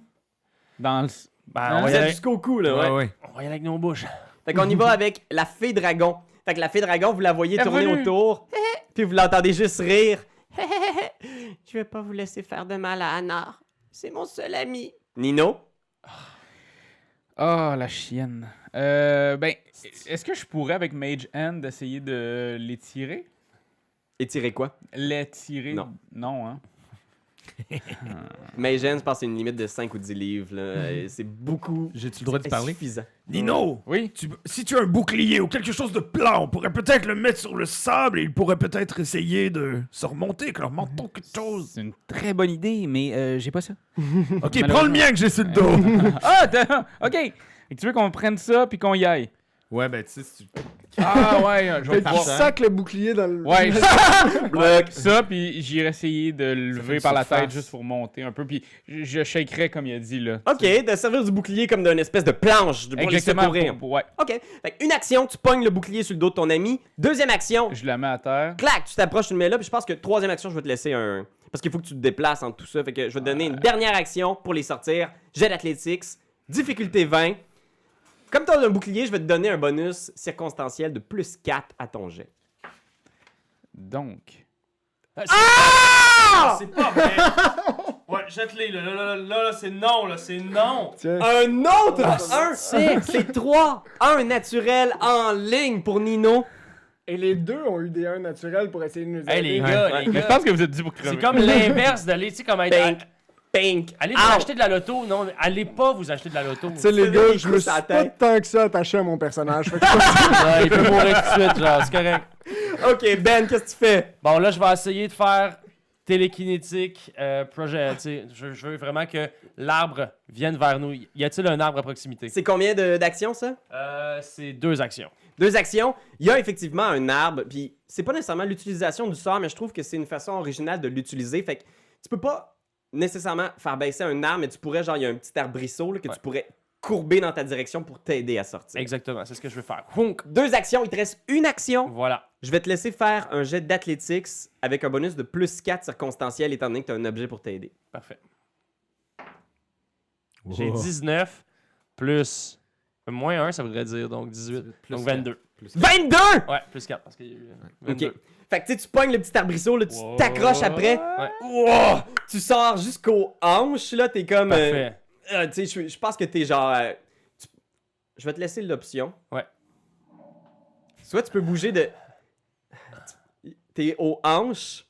[SPEAKER 4] Dans le.
[SPEAKER 2] Ben, on
[SPEAKER 4] Vous
[SPEAKER 2] va, y
[SPEAKER 1] C'est
[SPEAKER 2] aller,
[SPEAKER 1] jusqu'au cou, là, ouais.
[SPEAKER 5] Ouais, ouais.
[SPEAKER 2] on va y aller avec nos bouches.
[SPEAKER 1] Fait qu'on y va avec la fée dragon. Fait que la fée dragon, vous la voyez
[SPEAKER 4] Elle est
[SPEAKER 1] tourner
[SPEAKER 4] revenue.
[SPEAKER 1] autour, puis vous l'entendez juste rire.
[SPEAKER 8] Je vais pas vous laisser faire de mal à Anar. C'est mon seul ami.
[SPEAKER 1] Nino,
[SPEAKER 4] Ah, la chienne. Euh, ben, est-ce que je pourrais, avec Mage Hand, essayer de les tirer
[SPEAKER 1] étirez quoi?
[SPEAKER 4] Les tirer
[SPEAKER 1] Non.
[SPEAKER 4] Non, hein.
[SPEAKER 5] Ben.
[SPEAKER 1] Mais Jeanne, je pense que c'est une limite de 5 ou 10 livres. là. Euh, C'est beaucoup.
[SPEAKER 5] J'ai-tu Mm-hmm. le droit de parler?
[SPEAKER 1] Suffisant.
[SPEAKER 6] Nino
[SPEAKER 4] Oui.
[SPEAKER 6] tu- si tu as un bouclier ou quelque chose de plat, on pourrait peut-être le mettre sur le sable et il pourrait peut-être essayer de se remonter avec leur
[SPEAKER 5] Mhm.
[SPEAKER 6] menton, quelque
[SPEAKER 5] <laughs>
[SPEAKER 6] chose.
[SPEAKER 4] C'est une très bonne idée, mais euh, j'ai pas ça.
[SPEAKER 6] Ok, prends le mien que j'ai sur le dos. <laughs>
[SPEAKER 4] Ah, t'as- ok. Et tu veux qu'on prenne ça puis qu'on y aille
[SPEAKER 5] Ouais, ben, tu sais, si tu.
[SPEAKER 4] Ah ouais, je vais
[SPEAKER 3] Fait qu'il
[SPEAKER 4] pouvoir.
[SPEAKER 3] sac le bouclier dans le.
[SPEAKER 4] Ouais, je-
[SPEAKER 1] Bloc.
[SPEAKER 4] ça puis j'irai essayer de le
[SPEAKER 5] Ça fait
[SPEAKER 4] lever
[SPEAKER 5] une
[SPEAKER 4] par la tête
[SPEAKER 5] surface.
[SPEAKER 4] juste pour monter un peu puis je, je shakerai comme il a dit là.
[SPEAKER 1] Ok, de servir du bouclier comme d'une espèce de planche Ah, pour
[SPEAKER 4] Exactement.
[SPEAKER 1] les secourir.
[SPEAKER 4] pour- pour- ouais,
[SPEAKER 1] Ok. Fait que une action, tu pognes le bouclier sur le dos de ton ami. Deuxième action,
[SPEAKER 4] je la mets à terre.
[SPEAKER 1] clac, tu t'approches, tu le mets là. Puis je pense que troisième action, je vais te laisser un. Parce qu'il faut que tu te déplaces entre tout ça. Fait que je vais te donner une dernière action pour les sortir. Jet d'athlétics, difficulté 20. Comme tu as un bouclier, je vais te donner un bonus circonstanciel de plus 4 à ton jet.
[SPEAKER 4] Donc,
[SPEAKER 2] Ah, c'est pas vrai! <laughs> Ouais, jette-les, là, là, là, là, là, c'est non, là, c'est non!
[SPEAKER 3] Tiens.
[SPEAKER 1] Un autre 1! C'est 3! 1 naturel en ligne pour Nino.
[SPEAKER 3] Et les deux ont eu des 1 naturels pour essayer de nous aider.
[SPEAKER 2] Hey, les gars, les
[SPEAKER 4] Mais je
[SPEAKER 2] gars.
[SPEAKER 4] pense que vous êtes dû pour crever.
[SPEAKER 2] C'est comme l'inverse d'aller, tu sais, comme être.
[SPEAKER 1] Pink. Pink.
[SPEAKER 2] Allez vous
[SPEAKER 1] Out.
[SPEAKER 2] acheter de la loto. Non, allez pas vous acheter de la loto.
[SPEAKER 3] Tu sais, les
[SPEAKER 1] C'est
[SPEAKER 3] gars,
[SPEAKER 1] vrai,
[SPEAKER 3] je
[SPEAKER 1] il
[SPEAKER 3] me
[SPEAKER 1] coupe
[SPEAKER 3] suis
[SPEAKER 1] sa
[SPEAKER 3] pas
[SPEAKER 1] tête.
[SPEAKER 3] tant que ça attaché à mon personnage. Fait que je pense
[SPEAKER 2] Ouais, il peut mourir tout de suite, genre, c'est correct.
[SPEAKER 1] Ok, Ben, qu'est-ce que tu fais?
[SPEAKER 2] Bon, là, je vais essayer de faire télékinétique, euh, projet. tu sais, Je, je veux vraiment que l'arbre vienne vers nous. Y a-t-il un arbre à proximité?
[SPEAKER 1] C'est combien de- d'actions, ça?
[SPEAKER 2] Euh, c'est deux actions.
[SPEAKER 1] Deux actions. Il y a effectivement un arbre, puis c'est pas nécessairement l'utilisation du sort, mais je trouve que c'est une façon originale de l'utiliser. Fait que tu peux pas nécessairement faire baisser un arbre, mais tu pourrais, genre, il y a un petit arbrisseau là, que
[SPEAKER 2] Ouais.
[SPEAKER 1] tu pourrais courber dans ta direction pour t'aider à sortir.
[SPEAKER 2] Exactement, c'est ce que je veux faire. Honk!
[SPEAKER 1] Deux actions, il te reste une action.
[SPEAKER 2] Voilà.
[SPEAKER 1] Je vais te laisser faire un jet d'athlétics avec un bonus de plus 4 circonstanciel étant donné que tu as un objet pour t'aider.
[SPEAKER 2] Parfait. J'ai 19 plus. Moins 1, ça voudrait dire donc 18. donc 22.
[SPEAKER 1] 22!
[SPEAKER 2] Ouais, plus 4 parce qu'il y a eu. euh,
[SPEAKER 1] Ok.
[SPEAKER 2] 22.
[SPEAKER 1] Fait que tu sais, tu pognes le petit arbrisseau, là, tu
[SPEAKER 2] Wow.
[SPEAKER 1] t'accroches après.
[SPEAKER 2] Ouais.
[SPEAKER 1] Wow! Tu sors jusqu'aux hanches, là, t'es comme. euh,
[SPEAKER 2] Parfait.
[SPEAKER 1] Euh, tu sais, je suis- je pense que t'es genre. euh, tu- Je vais te laisser l'option.
[SPEAKER 2] Ouais.
[SPEAKER 1] Soit tu peux bouger de. Tu- T'es aux hanches.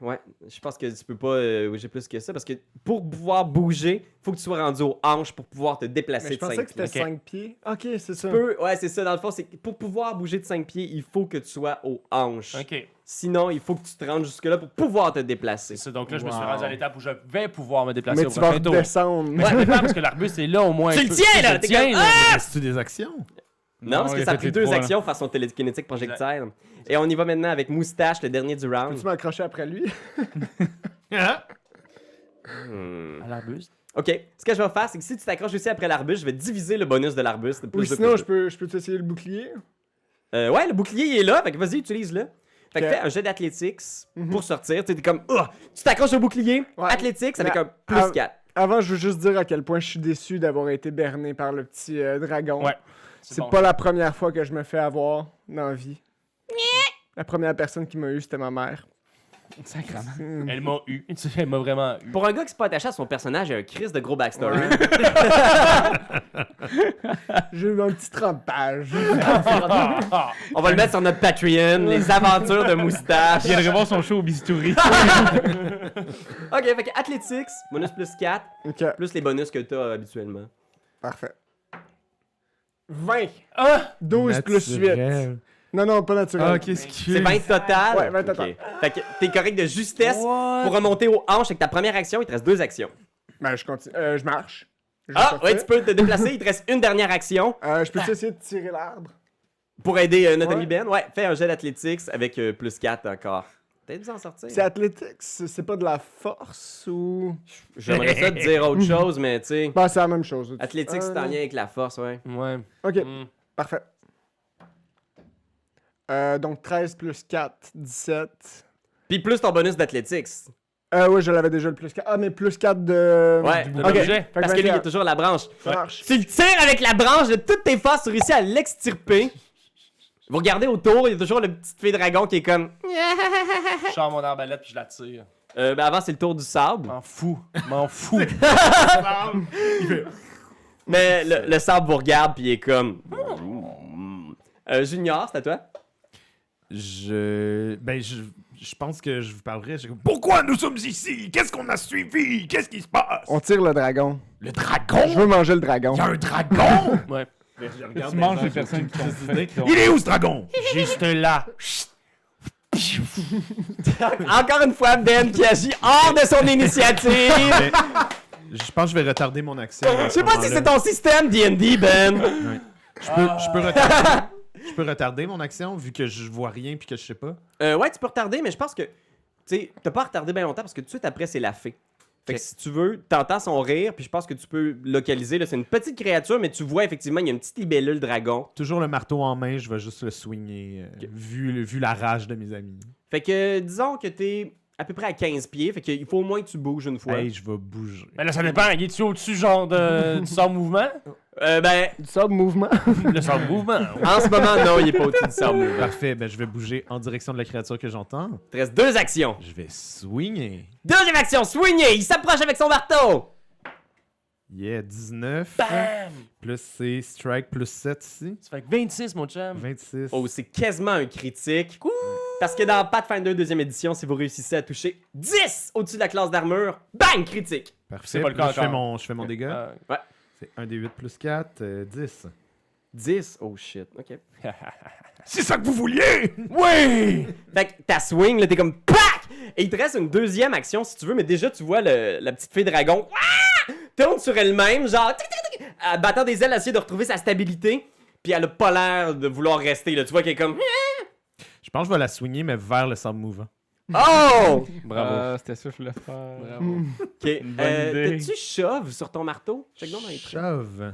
[SPEAKER 1] Ouais, je pense que tu peux pas euh, bouger plus que ça parce que pour pouvoir bouger, faut que tu sois rendu aux hanches pour pouvoir te
[SPEAKER 3] que-
[SPEAKER 1] déplacer
[SPEAKER 3] Mais
[SPEAKER 1] de
[SPEAKER 3] je
[SPEAKER 1] 5
[SPEAKER 3] pensais que
[SPEAKER 1] pieds.
[SPEAKER 3] c'était 5 pieds. Ok, c'est ça.
[SPEAKER 1] Tu peux- ouais, c'est ça, dans le fond, c'est que pour pouvoir bouger de 5 pieds, il faut que tu sois aux hanches.
[SPEAKER 2] Ok.
[SPEAKER 1] Sinon, il faut que tu te rendes jusque-là pour pouvoir te
[SPEAKER 2] C'est
[SPEAKER 1] déplacer.
[SPEAKER 2] ça. Donc là, je me suis
[SPEAKER 3] Wow.
[SPEAKER 2] rendu à l'étape où je vais pouvoir me déplacer
[SPEAKER 3] Mais
[SPEAKER 2] au
[SPEAKER 3] tu vas
[SPEAKER 2] prochain tour.
[SPEAKER 3] redescendre.
[SPEAKER 2] Mais je vais faire parce que l'arbuste est là au moins.
[SPEAKER 1] Tu
[SPEAKER 2] un
[SPEAKER 1] le
[SPEAKER 2] peu.
[SPEAKER 1] tiens,
[SPEAKER 2] Je
[SPEAKER 1] là,
[SPEAKER 2] le
[SPEAKER 1] t'es
[SPEAKER 2] tiens,
[SPEAKER 1] comme, Ah!
[SPEAKER 2] là.
[SPEAKER 6] Ah!
[SPEAKER 5] Reste-tu des actions?
[SPEAKER 1] Non, parce
[SPEAKER 4] Non,
[SPEAKER 1] que
[SPEAKER 4] il
[SPEAKER 1] ça
[SPEAKER 4] a
[SPEAKER 1] a
[SPEAKER 4] fait
[SPEAKER 1] pris
[SPEAKER 4] les
[SPEAKER 1] deux
[SPEAKER 4] trois, là.
[SPEAKER 1] actions face son télékinétique projectile. Et on y va maintenant avec Moustache, le dernier du round.
[SPEAKER 3] Peux-tu m'accrocher après lui?
[SPEAKER 1] Hmm.
[SPEAKER 2] À l'arbuste.
[SPEAKER 1] Ok, ce que je vais faire, c'est que si tu t'accroches aussi après l'arbuste, je vais diviser le bonus de l'arbuste. de plus
[SPEAKER 3] Ou
[SPEAKER 1] de plus
[SPEAKER 3] sinon,
[SPEAKER 1] de.
[SPEAKER 3] je peux, je peux essayer le bouclier?
[SPEAKER 1] Euh, ouais, le bouclier il est là, fait que vas-y, utilise-le. Fait que
[SPEAKER 3] Ok. Mhm.
[SPEAKER 1] fais un jet d'athlétics pour sortir. Tu sais, t'es comme, Ah! tu t'accroches au bouclier,
[SPEAKER 3] Ouais.
[SPEAKER 1] athlétics avec
[SPEAKER 3] Mais-
[SPEAKER 1] un plus
[SPEAKER 3] Ah.
[SPEAKER 1] 4.
[SPEAKER 3] Avant, je veux juste dire à quel point je suis déçu d'avoir été berné par le petit euh, dragon.
[SPEAKER 2] Ouais.
[SPEAKER 3] C'est
[SPEAKER 2] bon.
[SPEAKER 3] pas la première fois que je me fais avoir dans la vie. La première personne qui m'a eu, c'était ma mère.
[SPEAKER 4] Sacrement.
[SPEAKER 2] Elle m'a eu. Tu sais, <laughs> Elle m'a vraiment eu.
[SPEAKER 1] Pour un gars qui s'est pas attaché à son personnage, il y a un Chris de gros backstory.
[SPEAKER 3] <laughs> J'ai eu un petit trempage.
[SPEAKER 2] Ah, ah.
[SPEAKER 1] <laughs> On va le mettre sur notre
[SPEAKER 3] <laughs>
[SPEAKER 1] Patreon, les aventures de Moustache.
[SPEAKER 4] Je viendrai voir son show au bistouri.
[SPEAKER 1] ok, fait que athlétics, bonus plus 4,
[SPEAKER 3] ok,
[SPEAKER 1] plus les bonus que t'as habituellement.
[SPEAKER 3] parfait. 20.
[SPEAKER 2] Ah!
[SPEAKER 3] 12 plus 8.
[SPEAKER 5] Naturel.
[SPEAKER 3] Non, non, pas naturel.
[SPEAKER 5] Ah, qu'est-ce qu'il
[SPEAKER 1] C'est 20 total?
[SPEAKER 3] Ouais, 20 total.
[SPEAKER 1] Ok. Fait que t'es correct de justesse pour remonter aux hanches avec ta première action, il te reste deux actions.
[SPEAKER 3] Ben, je continue. Euh, je marche. Je vais
[SPEAKER 1] Ah,
[SPEAKER 3] sortir.
[SPEAKER 1] ouais, tu Ah. peux te déplacer, il te reste une dernière action
[SPEAKER 3] Euh, je peux essayer de tirer l'arbre?
[SPEAKER 1] pour aider euh, notre
[SPEAKER 3] Ouais.
[SPEAKER 1] ami Ben. Ouais, fais un jet d'athlétiques avec euh, plus 4 encore. T'as dû en sortir.
[SPEAKER 3] C'est athlétique, c'est c'est pas de la force ou.
[SPEAKER 1] J'aimerais ça te dire
[SPEAKER 3] <laughs>
[SPEAKER 1] autre chose, mais tu sais.
[SPEAKER 3] Ben, c'est la même chose. Euh,
[SPEAKER 1] Athlétiques, c'est en lien avec la force, ouais.
[SPEAKER 2] Ouais.
[SPEAKER 3] Ok,
[SPEAKER 5] Hmm.
[SPEAKER 2] Mm.
[SPEAKER 3] parfait. Euh, donc 13 plus 4, 17.
[SPEAKER 1] Puis plus ton bonus d'athlétiques.
[SPEAKER 3] Euh, ouais, je l'avais déjà le plus 4. Ah, mais plus 4 de.
[SPEAKER 1] Ouais,
[SPEAKER 2] De
[SPEAKER 1] Ok.
[SPEAKER 2] l'objet.
[SPEAKER 3] Fait
[SPEAKER 1] Parce que lui, il
[SPEAKER 3] 21,
[SPEAKER 1] est toujours à la branche.
[SPEAKER 3] Ça marche.
[SPEAKER 1] Tu le tires avec la branche de toutes tes forces, tu réussis à l'extirper. Vous regardez autour, il y a toujours le petit fille dragon qui est comme.
[SPEAKER 2] Je sors mon arbalète puis je la tire.
[SPEAKER 1] Euh, ben avant, c'est le tour du sable.
[SPEAKER 2] M'en fous. M'en <laughs> fous.
[SPEAKER 1] Mais le, le sable vous regarde puis il est comme. Euh, junior, c'est à toi. <laughs>
[SPEAKER 5] Je. Ben, je, je pense que je vous parlerai. j'ai comme-
[SPEAKER 6] Pourquoi nous sommes ici Qu'est-ce qu'on a suivi Qu'est-ce qui se passe
[SPEAKER 3] On tire le dragon.
[SPEAKER 6] Le dragon
[SPEAKER 3] Je veux manger le dragon.
[SPEAKER 6] Il y a un
[SPEAKER 5] <laughs>
[SPEAKER 6] dragon
[SPEAKER 2] Ouais.
[SPEAKER 4] Tu manges les personnes qui sont
[SPEAKER 6] Il est où ce dragon
[SPEAKER 2] Juste là.
[SPEAKER 1] Encore une fois, Ben qui agit hors de son initiative.
[SPEAKER 5] Mais je pense que je vais retarder
[SPEAKER 6] <laughs>
[SPEAKER 5] mon action. à
[SPEAKER 1] Je
[SPEAKER 5] ce
[SPEAKER 1] sais pas si
[SPEAKER 5] moment-là.
[SPEAKER 1] c'est ton système D&D, Ben.
[SPEAKER 5] Je peux, je peux retarder.
[SPEAKER 2] Ah.
[SPEAKER 5] je peux retarder mon action vu que je vois rien puis que je sais pas.
[SPEAKER 1] Euh, ouais, tu peux retarder, mais je pense que tu sais, t'as pas retardé bien longtemps parce que tout de suite après c'est la fée. Fait que si tu veux, t'entends son rire, puis je pense que tu peux localiser. là, C'est une petite créature, mais tu vois effectivement, il y a une petite libellule dragon.
[SPEAKER 5] Toujours le marteau en main, je vais juste le swinguer euh, vu, le- vu la rage de mes amis.
[SPEAKER 1] Fait que disons que t'es à peu près à 15 pieds, fait qu'il faut au moins que tu bouges une fois.
[SPEAKER 5] Hey, je vais bouger.
[SPEAKER 2] Mais là, ça dépend. Il est-tu au-dessus, genre, de... du sort de <laughs> mouvement?
[SPEAKER 1] Euh, ben,
[SPEAKER 3] Du sable mouvement.
[SPEAKER 2] Le sort de mouvement.
[SPEAKER 1] en ce moment, non, il est pas au-dessus du sable.
[SPEAKER 2] euh,
[SPEAKER 5] Parfait, ben je vais bouger en direction de la créature que j'entends.
[SPEAKER 1] Il te reste deux actions.
[SPEAKER 5] Je vais swinguer.
[SPEAKER 1] Deuxième action, soigner! Il s'approche avec son marteau!
[SPEAKER 5] Yeah, 19.
[SPEAKER 2] Bam!
[SPEAKER 5] Plus c'est strike plus 7 ici.
[SPEAKER 2] Ça fait que 26, mon chum.
[SPEAKER 5] 26.
[SPEAKER 1] Oh, c'est quasiment un critique. Parce que dans Pathfinder 2 édition, si vous réussissez à toucher 10 au-dessus de la classe d'armure, bang, critique.
[SPEAKER 5] Parfait.
[SPEAKER 2] c'est pas le
[SPEAKER 5] Puis là,
[SPEAKER 2] cas
[SPEAKER 5] je fais
[SPEAKER 2] encore.
[SPEAKER 5] mon, je fais mon dégât.
[SPEAKER 2] Euh,
[SPEAKER 5] C'est 1 des 8 plus euh, 4, 10.
[SPEAKER 1] 10, oh shit, ok.
[SPEAKER 6] C'est ça que vous vouliez
[SPEAKER 2] Oui!
[SPEAKER 1] Fait que ta swing, là, t'es comme PAC! Et il te reste une deuxième action si tu veux, mais déjà tu vois le- la petite fée dragon ah! tourne sur elle-même, genre, tic, tic, tic, en battant des ailes, essayer de retrouver sa stabilité, puis elle a pas l'air de vouloir rester. Là. Tu vois qu'elle est comme hmm.
[SPEAKER 5] Je pense que je vais la soigner, mais vers le sable mouvant.
[SPEAKER 1] Oh!
[SPEAKER 2] <laughs> Bravo.
[SPEAKER 4] Ah, C'était ça que je voulais faire.
[SPEAKER 1] Ok,
[SPEAKER 4] bonne
[SPEAKER 1] euh,
[SPEAKER 4] idée.
[SPEAKER 1] t'as-tu shove sur ton marteau? Check donc dans les traits.
[SPEAKER 5] Shove.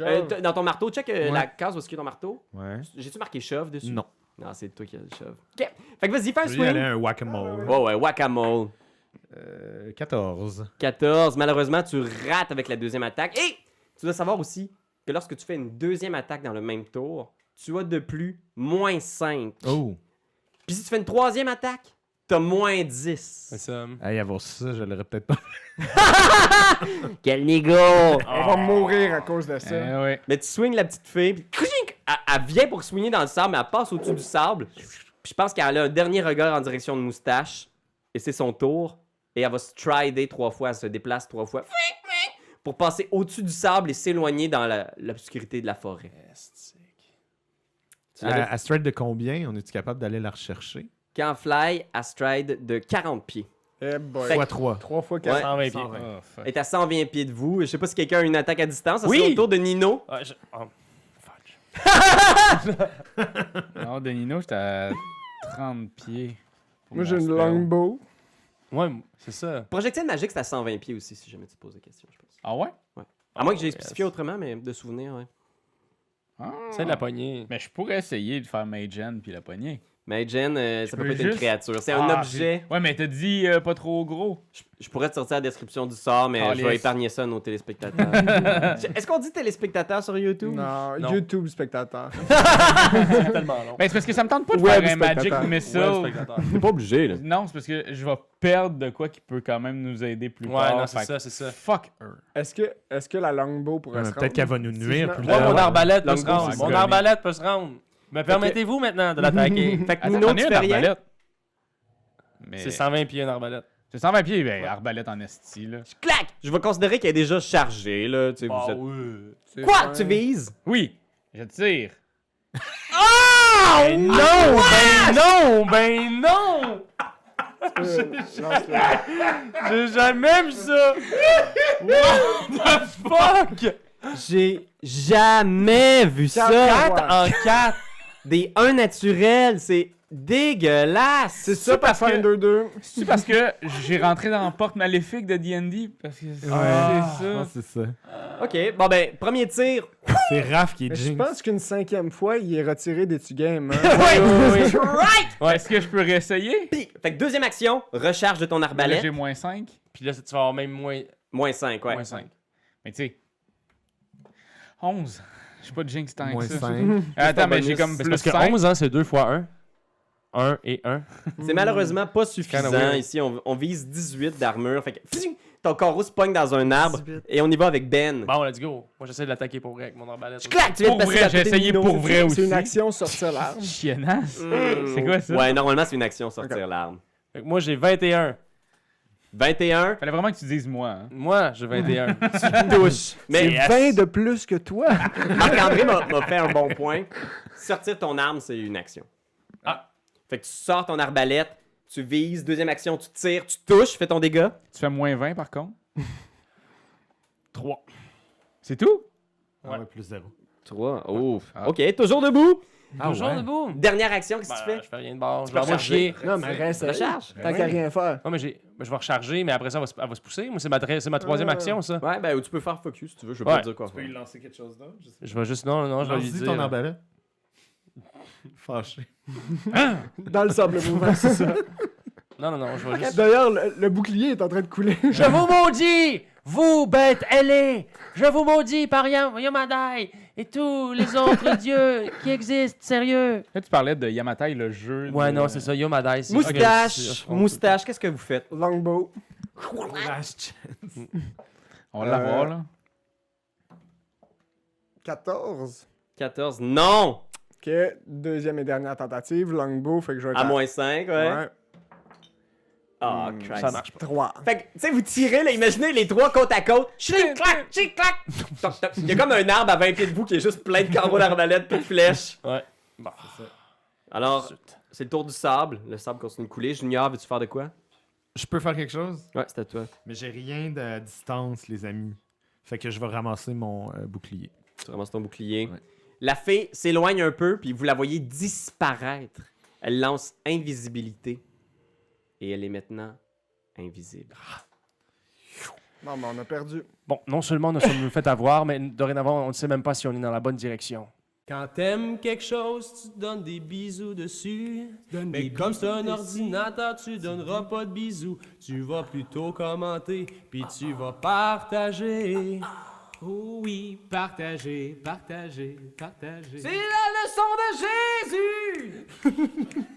[SPEAKER 1] Euh, t'as- dans ton marteau, check euh,
[SPEAKER 5] Ouais.
[SPEAKER 1] la case où est-ce qu'il y a ton marteau.
[SPEAKER 5] Ouais.
[SPEAKER 1] J'ai-tu marqué shove dessus?
[SPEAKER 5] Non.
[SPEAKER 1] Non, c'est toi qui as le shove. Ok, fait que vas-y, fais un
[SPEAKER 5] Je vais y aller
[SPEAKER 1] swing.
[SPEAKER 5] un whack-a-mole.
[SPEAKER 1] Oh ouais, whack-a-mole.
[SPEAKER 5] Euh, 14.
[SPEAKER 1] 14. Malheureusement, tu rates avec la deuxième attaque. Et tu dois savoir aussi que lorsque tu fais une deuxième attaque dans le même tour, tu as de plus moins 5.
[SPEAKER 5] Oh.
[SPEAKER 1] Puis si tu fais une troisième attaque, t'as moins
[SPEAKER 2] C'est
[SPEAKER 1] 10.
[SPEAKER 2] ça.
[SPEAKER 5] Hey, avoir ça, je l'aurais peut-être pas.
[SPEAKER 1] Quel nigo!
[SPEAKER 5] Ah
[SPEAKER 3] On va mourir à cause de
[SPEAKER 4] Eh
[SPEAKER 3] ça.
[SPEAKER 4] ouais.
[SPEAKER 1] Mais tu swings la petite fille, puis clink! elle, elle vient pour swinguer dans le sable, mais elle passe au-dessus du sable. Puis je pense qu'elle a un dernier regard en direction de Moustache, et c'est son tour. Et elle va strider trois fois, elle se déplace trois fois pour passer au-dessus du sable et s'éloigner dans la- l'obscurité de la forêt. Tu l'avais-
[SPEAKER 5] À, à stride de combien, on est-tu capable d'aller la rechercher?
[SPEAKER 1] Quand fly, à stride de 40 pieds.
[SPEAKER 3] Eh boy.
[SPEAKER 1] Fait-
[SPEAKER 5] Fois 3.
[SPEAKER 3] 3 fois
[SPEAKER 1] Ouais.
[SPEAKER 3] 4.
[SPEAKER 2] 120 pieds.
[SPEAKER 5] 120.
[SPEAKER 4] Oh, fuck.
[SPEAKER 1] Elle Est à 120 pieds de vous. Je sais pas si quelqu'un a une attaque à distance. Ça
[SPEAKER 2] Oui!
[SPEAKER 1] serait au tour de Nino.
[SPEAKER 2] Ah, je- oh, fuck.
[SPEAKER 4] Non, Denino, j'étais à 30 pieds.
[SPEAKER 3] Moi, j'ai une
[SPEAKER 4] longue...
[SPEAKER 3] longbow.
[SPEAKER 2] Ouais, c'est ça.
[SPEAKER 1] Projectile magique, c'est à 120 pieds aussi, si jamais tu te poses la question, je pense.
[SPEAKER 4] Ah ouais?
[SPEAKER 1] À moins que j'ai
[SPEAKER 2] Oh, yes.
[SPEAKER 1] spécifié autrement, mais de souvenir, ouais.
[SPEAKER 4] Ah.
[SPEAKER 2] C'est de la poignée.
[SPEAKER 4] Mais je pourrais essayer de faire Mage Hand puis la poignée.
[SPEAKER 1] Mais Jen, euh, ça peut
[SPEAKER 4] peux
[SPEAKER 1] pas être une
[SPEAKER 4] juste-
[SPEAKER 1] créature. C'est
[SPEAKER 4] Ah,
[SPEAKER 1] un objet.
[SPEAKER 4] Ouais, mais t'as dit euh, pas trop gros.
[SPEAKER 1] Je, je pourrais te sortir la description du sort, mais euh,
[SPEAKER 4] Ah,
[SPEAKER 1] je vais
[SPEAKER 4] yes.
[SPEAKER 1] épargner ça à nos téléspectateurs. Je- Est-ce qu'on dit téléspectateurs sur YouTube?
[SPEAKER 3] Non,
[SPEAKER 2] Non.
[SPEAKER 3] YouTube spectateur.
[SPEAKER 2] <laughs> C'est tellement long.
[SPEAKER 4] Ben, c'est parce que ça me tente pas de
[SPEAKER 3] Web
[SPEAKER 4] faire un Magic
[SPEAKER 3] spectateur.
[SPEAKER 2] Ouais,
[SPEAKER 4] Missile.
[SPEAKER 2] spectateur.
[SPEAKER 1] T'es pas obligé, là.
[SPEAKER 4] non, c'est parce que je vais perdre de quoi qui peut quand même nous aider plus
[SPEAKER 2] Ouais,
[SPEAKER 4] tard.
[SPEAKER 2] non, c'est
[SPEAKER 4] fait
[SPEAKER 2] ça,
[SPEAKER 4] que
[SPEAKER 2] c'est ça.
[SPEAKER 4] Fuck her.
[SPEAKER 3] Est-ce que, est que la longbow pourrait se
[SPEAKER 5] Peut-être
[SPEAKER 3] rendre?
[SPEAKER 5] qu'elle va nous nuire
[SPEAKER 3] Si
[SPEAKER 5] plus
[SPEAKER 3] je-
[SPEAKER 2] Moi,
[SPEAKER 5] tard.
[SPEAKER 2] mon arbalète peut
[SPEAKER 1] Long
[SPEAKER 2] se
[SPEAKER 1] bow,
[SPEAKER 2] rendre.
[SPEAKER 4] c'est
[SPEAKER 2] Mon
[SPEAKER 4] gagné.
[SPEAKER 2] arbalète peut se rendre. Mais permettez-vous maintenant de <laughs> l'attaquer.
[SPEAKER 1] Fait que
[SPEAKER 4] Attends,
[SPEAKER 1] Nino,
[SPEAKER 4] t'en
[SPEAKER 1] tu
[SPEAKER 4] as une
[SPEAKER 1] fais rien?
[SPEAKER 4] arbalète. Mais...
[SPEAKER 2] C'est
[SPEAKER 4] C'est 100...
[SPEAKER 2] 120 pieds, une arbalète.
[SPEAKER 4] c'est 120 pieds, ben, arbalète en esti, là.
[SPEAKER 1] Clac! Je vais considérer qu'elle est déjà chargée, là. tu sais, vous
[SPEAKER 2] Ah
[SPEAKER 1] êtes-
[SPEAKER 2] oui.
[SPEAKER 3] C'est
[SPEAKER 1] Quoi?
[SPEAKER 3] fin.
[SPEAKER 1] Tu vises?
[SPEAKER 4] Oui, je tire.
[SPEAKER 2] Ben non! Ben non! Ben non!
[SPEAKER 3] Euh,
[SPEAKER 1] <laughs>
[SPEAKER 3] lance-le.
[SPEAKER 2] J'ai jamais vu ça! What the fuck?
[SPEAKER 1] J'ai jamais vu ça!
[SPEAKER 2] 4 en 4!
[SPEAKER 1] Des 1 naturels, c'est dégueulasse!
[SPEAKER 3] C'est ça, Pathfinder 2.
[SPEAKER 4] C'est parce que j'ai rentré dans la porte maléfique de D&D parce que c'est
[SPEAKER 5] Ah,
[SPEAKER 4] c'est
[SPEAKER 5] non,
[SPEAKER 4] ça.
[SPEAKER 5] c'est ça.
[SPEAKER 1] Ok, bon ben, premier tir.
[SPEAKER 5] C'est Raph qui est
[SPEAKER 3] Ah! Mais je
[SPEAKER 5] jinx.
[SPEAKER 3] pense qu'une cinquième fois, il est retiré des
[SPEAKER 1] <laughs>
[SPEAKER 3] games. Hein?
[SPEAKER 1] Ouais,
[SPEAKER 4] oui,
[SPEAKER 1] right!
[SPEAKER 4] Est-ce que je peux réessayer?
[SPEAKER 1] Fait que deuxième action, recharge de ton
[SPEAKER 4] Là,
[SPEAKER 1] arbalète.
[SPEAKER 4] J'ai moins 5.
[SPEAKER 2] Puis là, tu vas avoir même moins,
[SPEAKER 1] Moins 5, ouais.
[SPEAKER 2] moins 5.
[SPEAKER 4] Mais tu sais, 11. Je suis pas de jinx tant
[SPEAKER 5] Moins
[SPEAKER 4] que ça.
[SPEAKER 3] <laughs>
[SPEAKER 4] Ah,
[SPEAKER 5] 5.
[SPEAKER 4] Attends, mais j'ai comme plus
[SPEAKER 2] Parce que
[SPEAKER 4] 5.
[SPEAKER 2] 11 ans, c'est 2 fois 1. 1 et 1.
[SPEAKER 1] C'est malheureusement pas suffisant.
[SPEAKER 2] weird.
[SPEAKER 1] Ici, on, on vise 18 d'armure. Fait que pfiou, ton corps se pogne dans un arbre et on y va avec Ben.
[SPEAKER 2] Bon, let's go. Moi, j'essaie de l'attaquer pour vrai avec mon arbalète.
[SPEAKER 1] Je claque, tu viens
[SPEAKER 4] Pour
[SPEAKER 1] de passer
[SPEAKER 4] vrai,
[SPEAKER 1] à
[SPEAKER 4] j'ai
[SPEAKER 1] côté de
[SPEAKER 4] essayé
[SPEAKER 1] Nino.
[SPEAKER 4] pour vrai aussi.
[SPEAKER 3] C'est une action sortir l'arme.
[SPEAKER 4] <laughs> Chiennasse.
[SPEAKER 1] Mm.
[SPEAKER 4] C'est quoi ça?
[SPEAKER 1] Ouais, normalement, c'est une action sortir l'arme.
[SPEAKER 2] Fait que moi, j'ai 21.
[SPEAKER 1] 21,
[SPEAKER 4] Fallait vraiment que tu dises moi. hein.
[SPEAKER 2] Moi,
[SPEAKER 1] <laughs>
[SPEAKER 2] j'ai 21.
[SPEAKER 1] touche.
[SPEAKER 3] C'est
[SPEAKER 1] Mais
[SPEAKER 3] 20 de plus que toi.
[SPEAKER 1] <laughs> Marc-André m'a m'a fait un bon point. Sortir ton arme, c'est une action.
[SPEAKER 2] Ah.
[SPEAKER 1] Fait que tu sors ton arbalète, tu vises, deuxième action, tu tires, tu touches, fais ton dégât.
[SPEAKER 4] Tu fais moins 20 par contre.
[SPEAKER 2] 3.
[SPEAKER 4] C'est tout?
[SPEAKER 5] Ah ouais, plus 0.
[SPEAKER 1] 3, ouf. Ok, toujours debout.
[SPEAKER 2] Toujours debout.
[SPEAKER 1] Dernière action, Ah qu'est-ce que tu
[SPEAKER 2] Ben,
[SPEAKER 1] fais?
[SPEAKER 2] Je fais rien de bord. Je
[SPEAKER 1] peux
[SPEAKER 2] vais avoir
[SPEAKER 1] recharger.
[SPEAKER 2] chier.
[SPEAKER 3] Non, mais reste.
[SPEAKER 1] Recharge.
[SPEAKER 3] Tant qu'à rien faire.
[SPEAKER 2] Non, mais j'ai- ben, je vais recharger, mais après ça, elle va se, elle va se pousser. Moi, c'est ma, tra- c'est ma troisième
[SPEAKER 3] Ah.
[SPEAKER 2] action, ça.
[SPEAKER 1] Ouais, ben, ou tu peux faire focus si tu veux, je vais
[SPEAKER 2] Ouais.
[SPEAKER 1] pas te dire quoi. faire.
[SPEAKER 5] lancer quelque chose d'autre? <laughs> Je sais
[SPEAKER 2] Je vais juste. Non, non, je vais lui
[SPEAKER 5] Lance-y
[SPEAKER 2] dire.
[SPEAKER 5] ton arbalète. Fâché.
[SPEAKER 3] Dans le sable mouvant, c'est ça.
[SPEAKER 2] euh, Non, non, non, je vais juste.
[SPEAKER 3] D'ailleurs, le, le bouclier est en train de couler. <laughs>
[SPEAKER 2] Je vous maudis, vous bêtes ailées. Je vous maudis par Yam- Yamadai et tous les autres <laughs> dieux qui existent, sérieux.
[SPEAKER 4] Là, tu parlais de Yamatai, le jeu.
[SPEAKER 2] Ouais,
[SPEAKER 4] de-
[SPEAKER 2] non, c'est ça, Yamadai. c'est- Ok,
[SPEAKER 1] Moustache,
[SPEAKER 2] c'est-
[SPEAKER 1] moustache, qu'est-ce que vous faites?
[SPEAKER 3] Longbow.
[SPEAKER 4] On va l'avoir, là.
[SPEAKER 3] 14.
[SPEAKER 1] 14. Non!
[SPEAKER 3] Ok, deuxième et dernière tentative, longbow, fait que je vais
[SPEAKER 1] À moins 5, ouais. Ah,
[SPEAKER 3] Hmm,
[SPEAKER 1] Christ.
[SPEAKER 2] Ça marche pas.
[SPEAKER 3] 3.
[SPEAKER 1] Fait que, tu sais, vous tirez, là, imaginez les trois côte à côte. Chic, clac, chic, clac. Toc, toc. Il y a comme un arbre à 20 pieds de vous qui est juste plein de carreaux d'arbalète puis de flèches. Bah.
[SPEAKER 2] Ouais. Bon.
[SPEAKER 1] Alors, c'est le tour du sable. Le sable continue de couler. Junior, veux-tu faire de quoi?
[SPEAKER 5] Je peux faire quelque chose?
[SPEAKER 1] Ouais, c'est à toi.
[SPEAKER 5] Mais j'ai rien de distance, les amis. Fait que je vais ramasser mon euh, bouclier.
[SPEAKER 1] Tu ramasses ton bouclier.
[SPEAKER 5] Ouais.
[SPEAKER 1] La fée s'éloigne un peu, puis vous la voyez disparaître. Elle lance invisibilité. Et elle est maintenant invisible.
[SPEAKER 3] Non, mais on a perdu.
[SPEAKER 2] Bon, non seulement nous sommes fait avoir, mais dorénavant, on ne sait même pas si on est dans la bonne direction.
[SPEAKER 9] Quand t'aimes quelque chose, tu te donnes des bisous dessus. Mais comme c'est un ordinateur, tu donneras pas de bisous. Tu vas plutôt commenter, puis tu vas partager. Ah, Oh oui, partager, partager, partager. C'est la leçon de Jésus!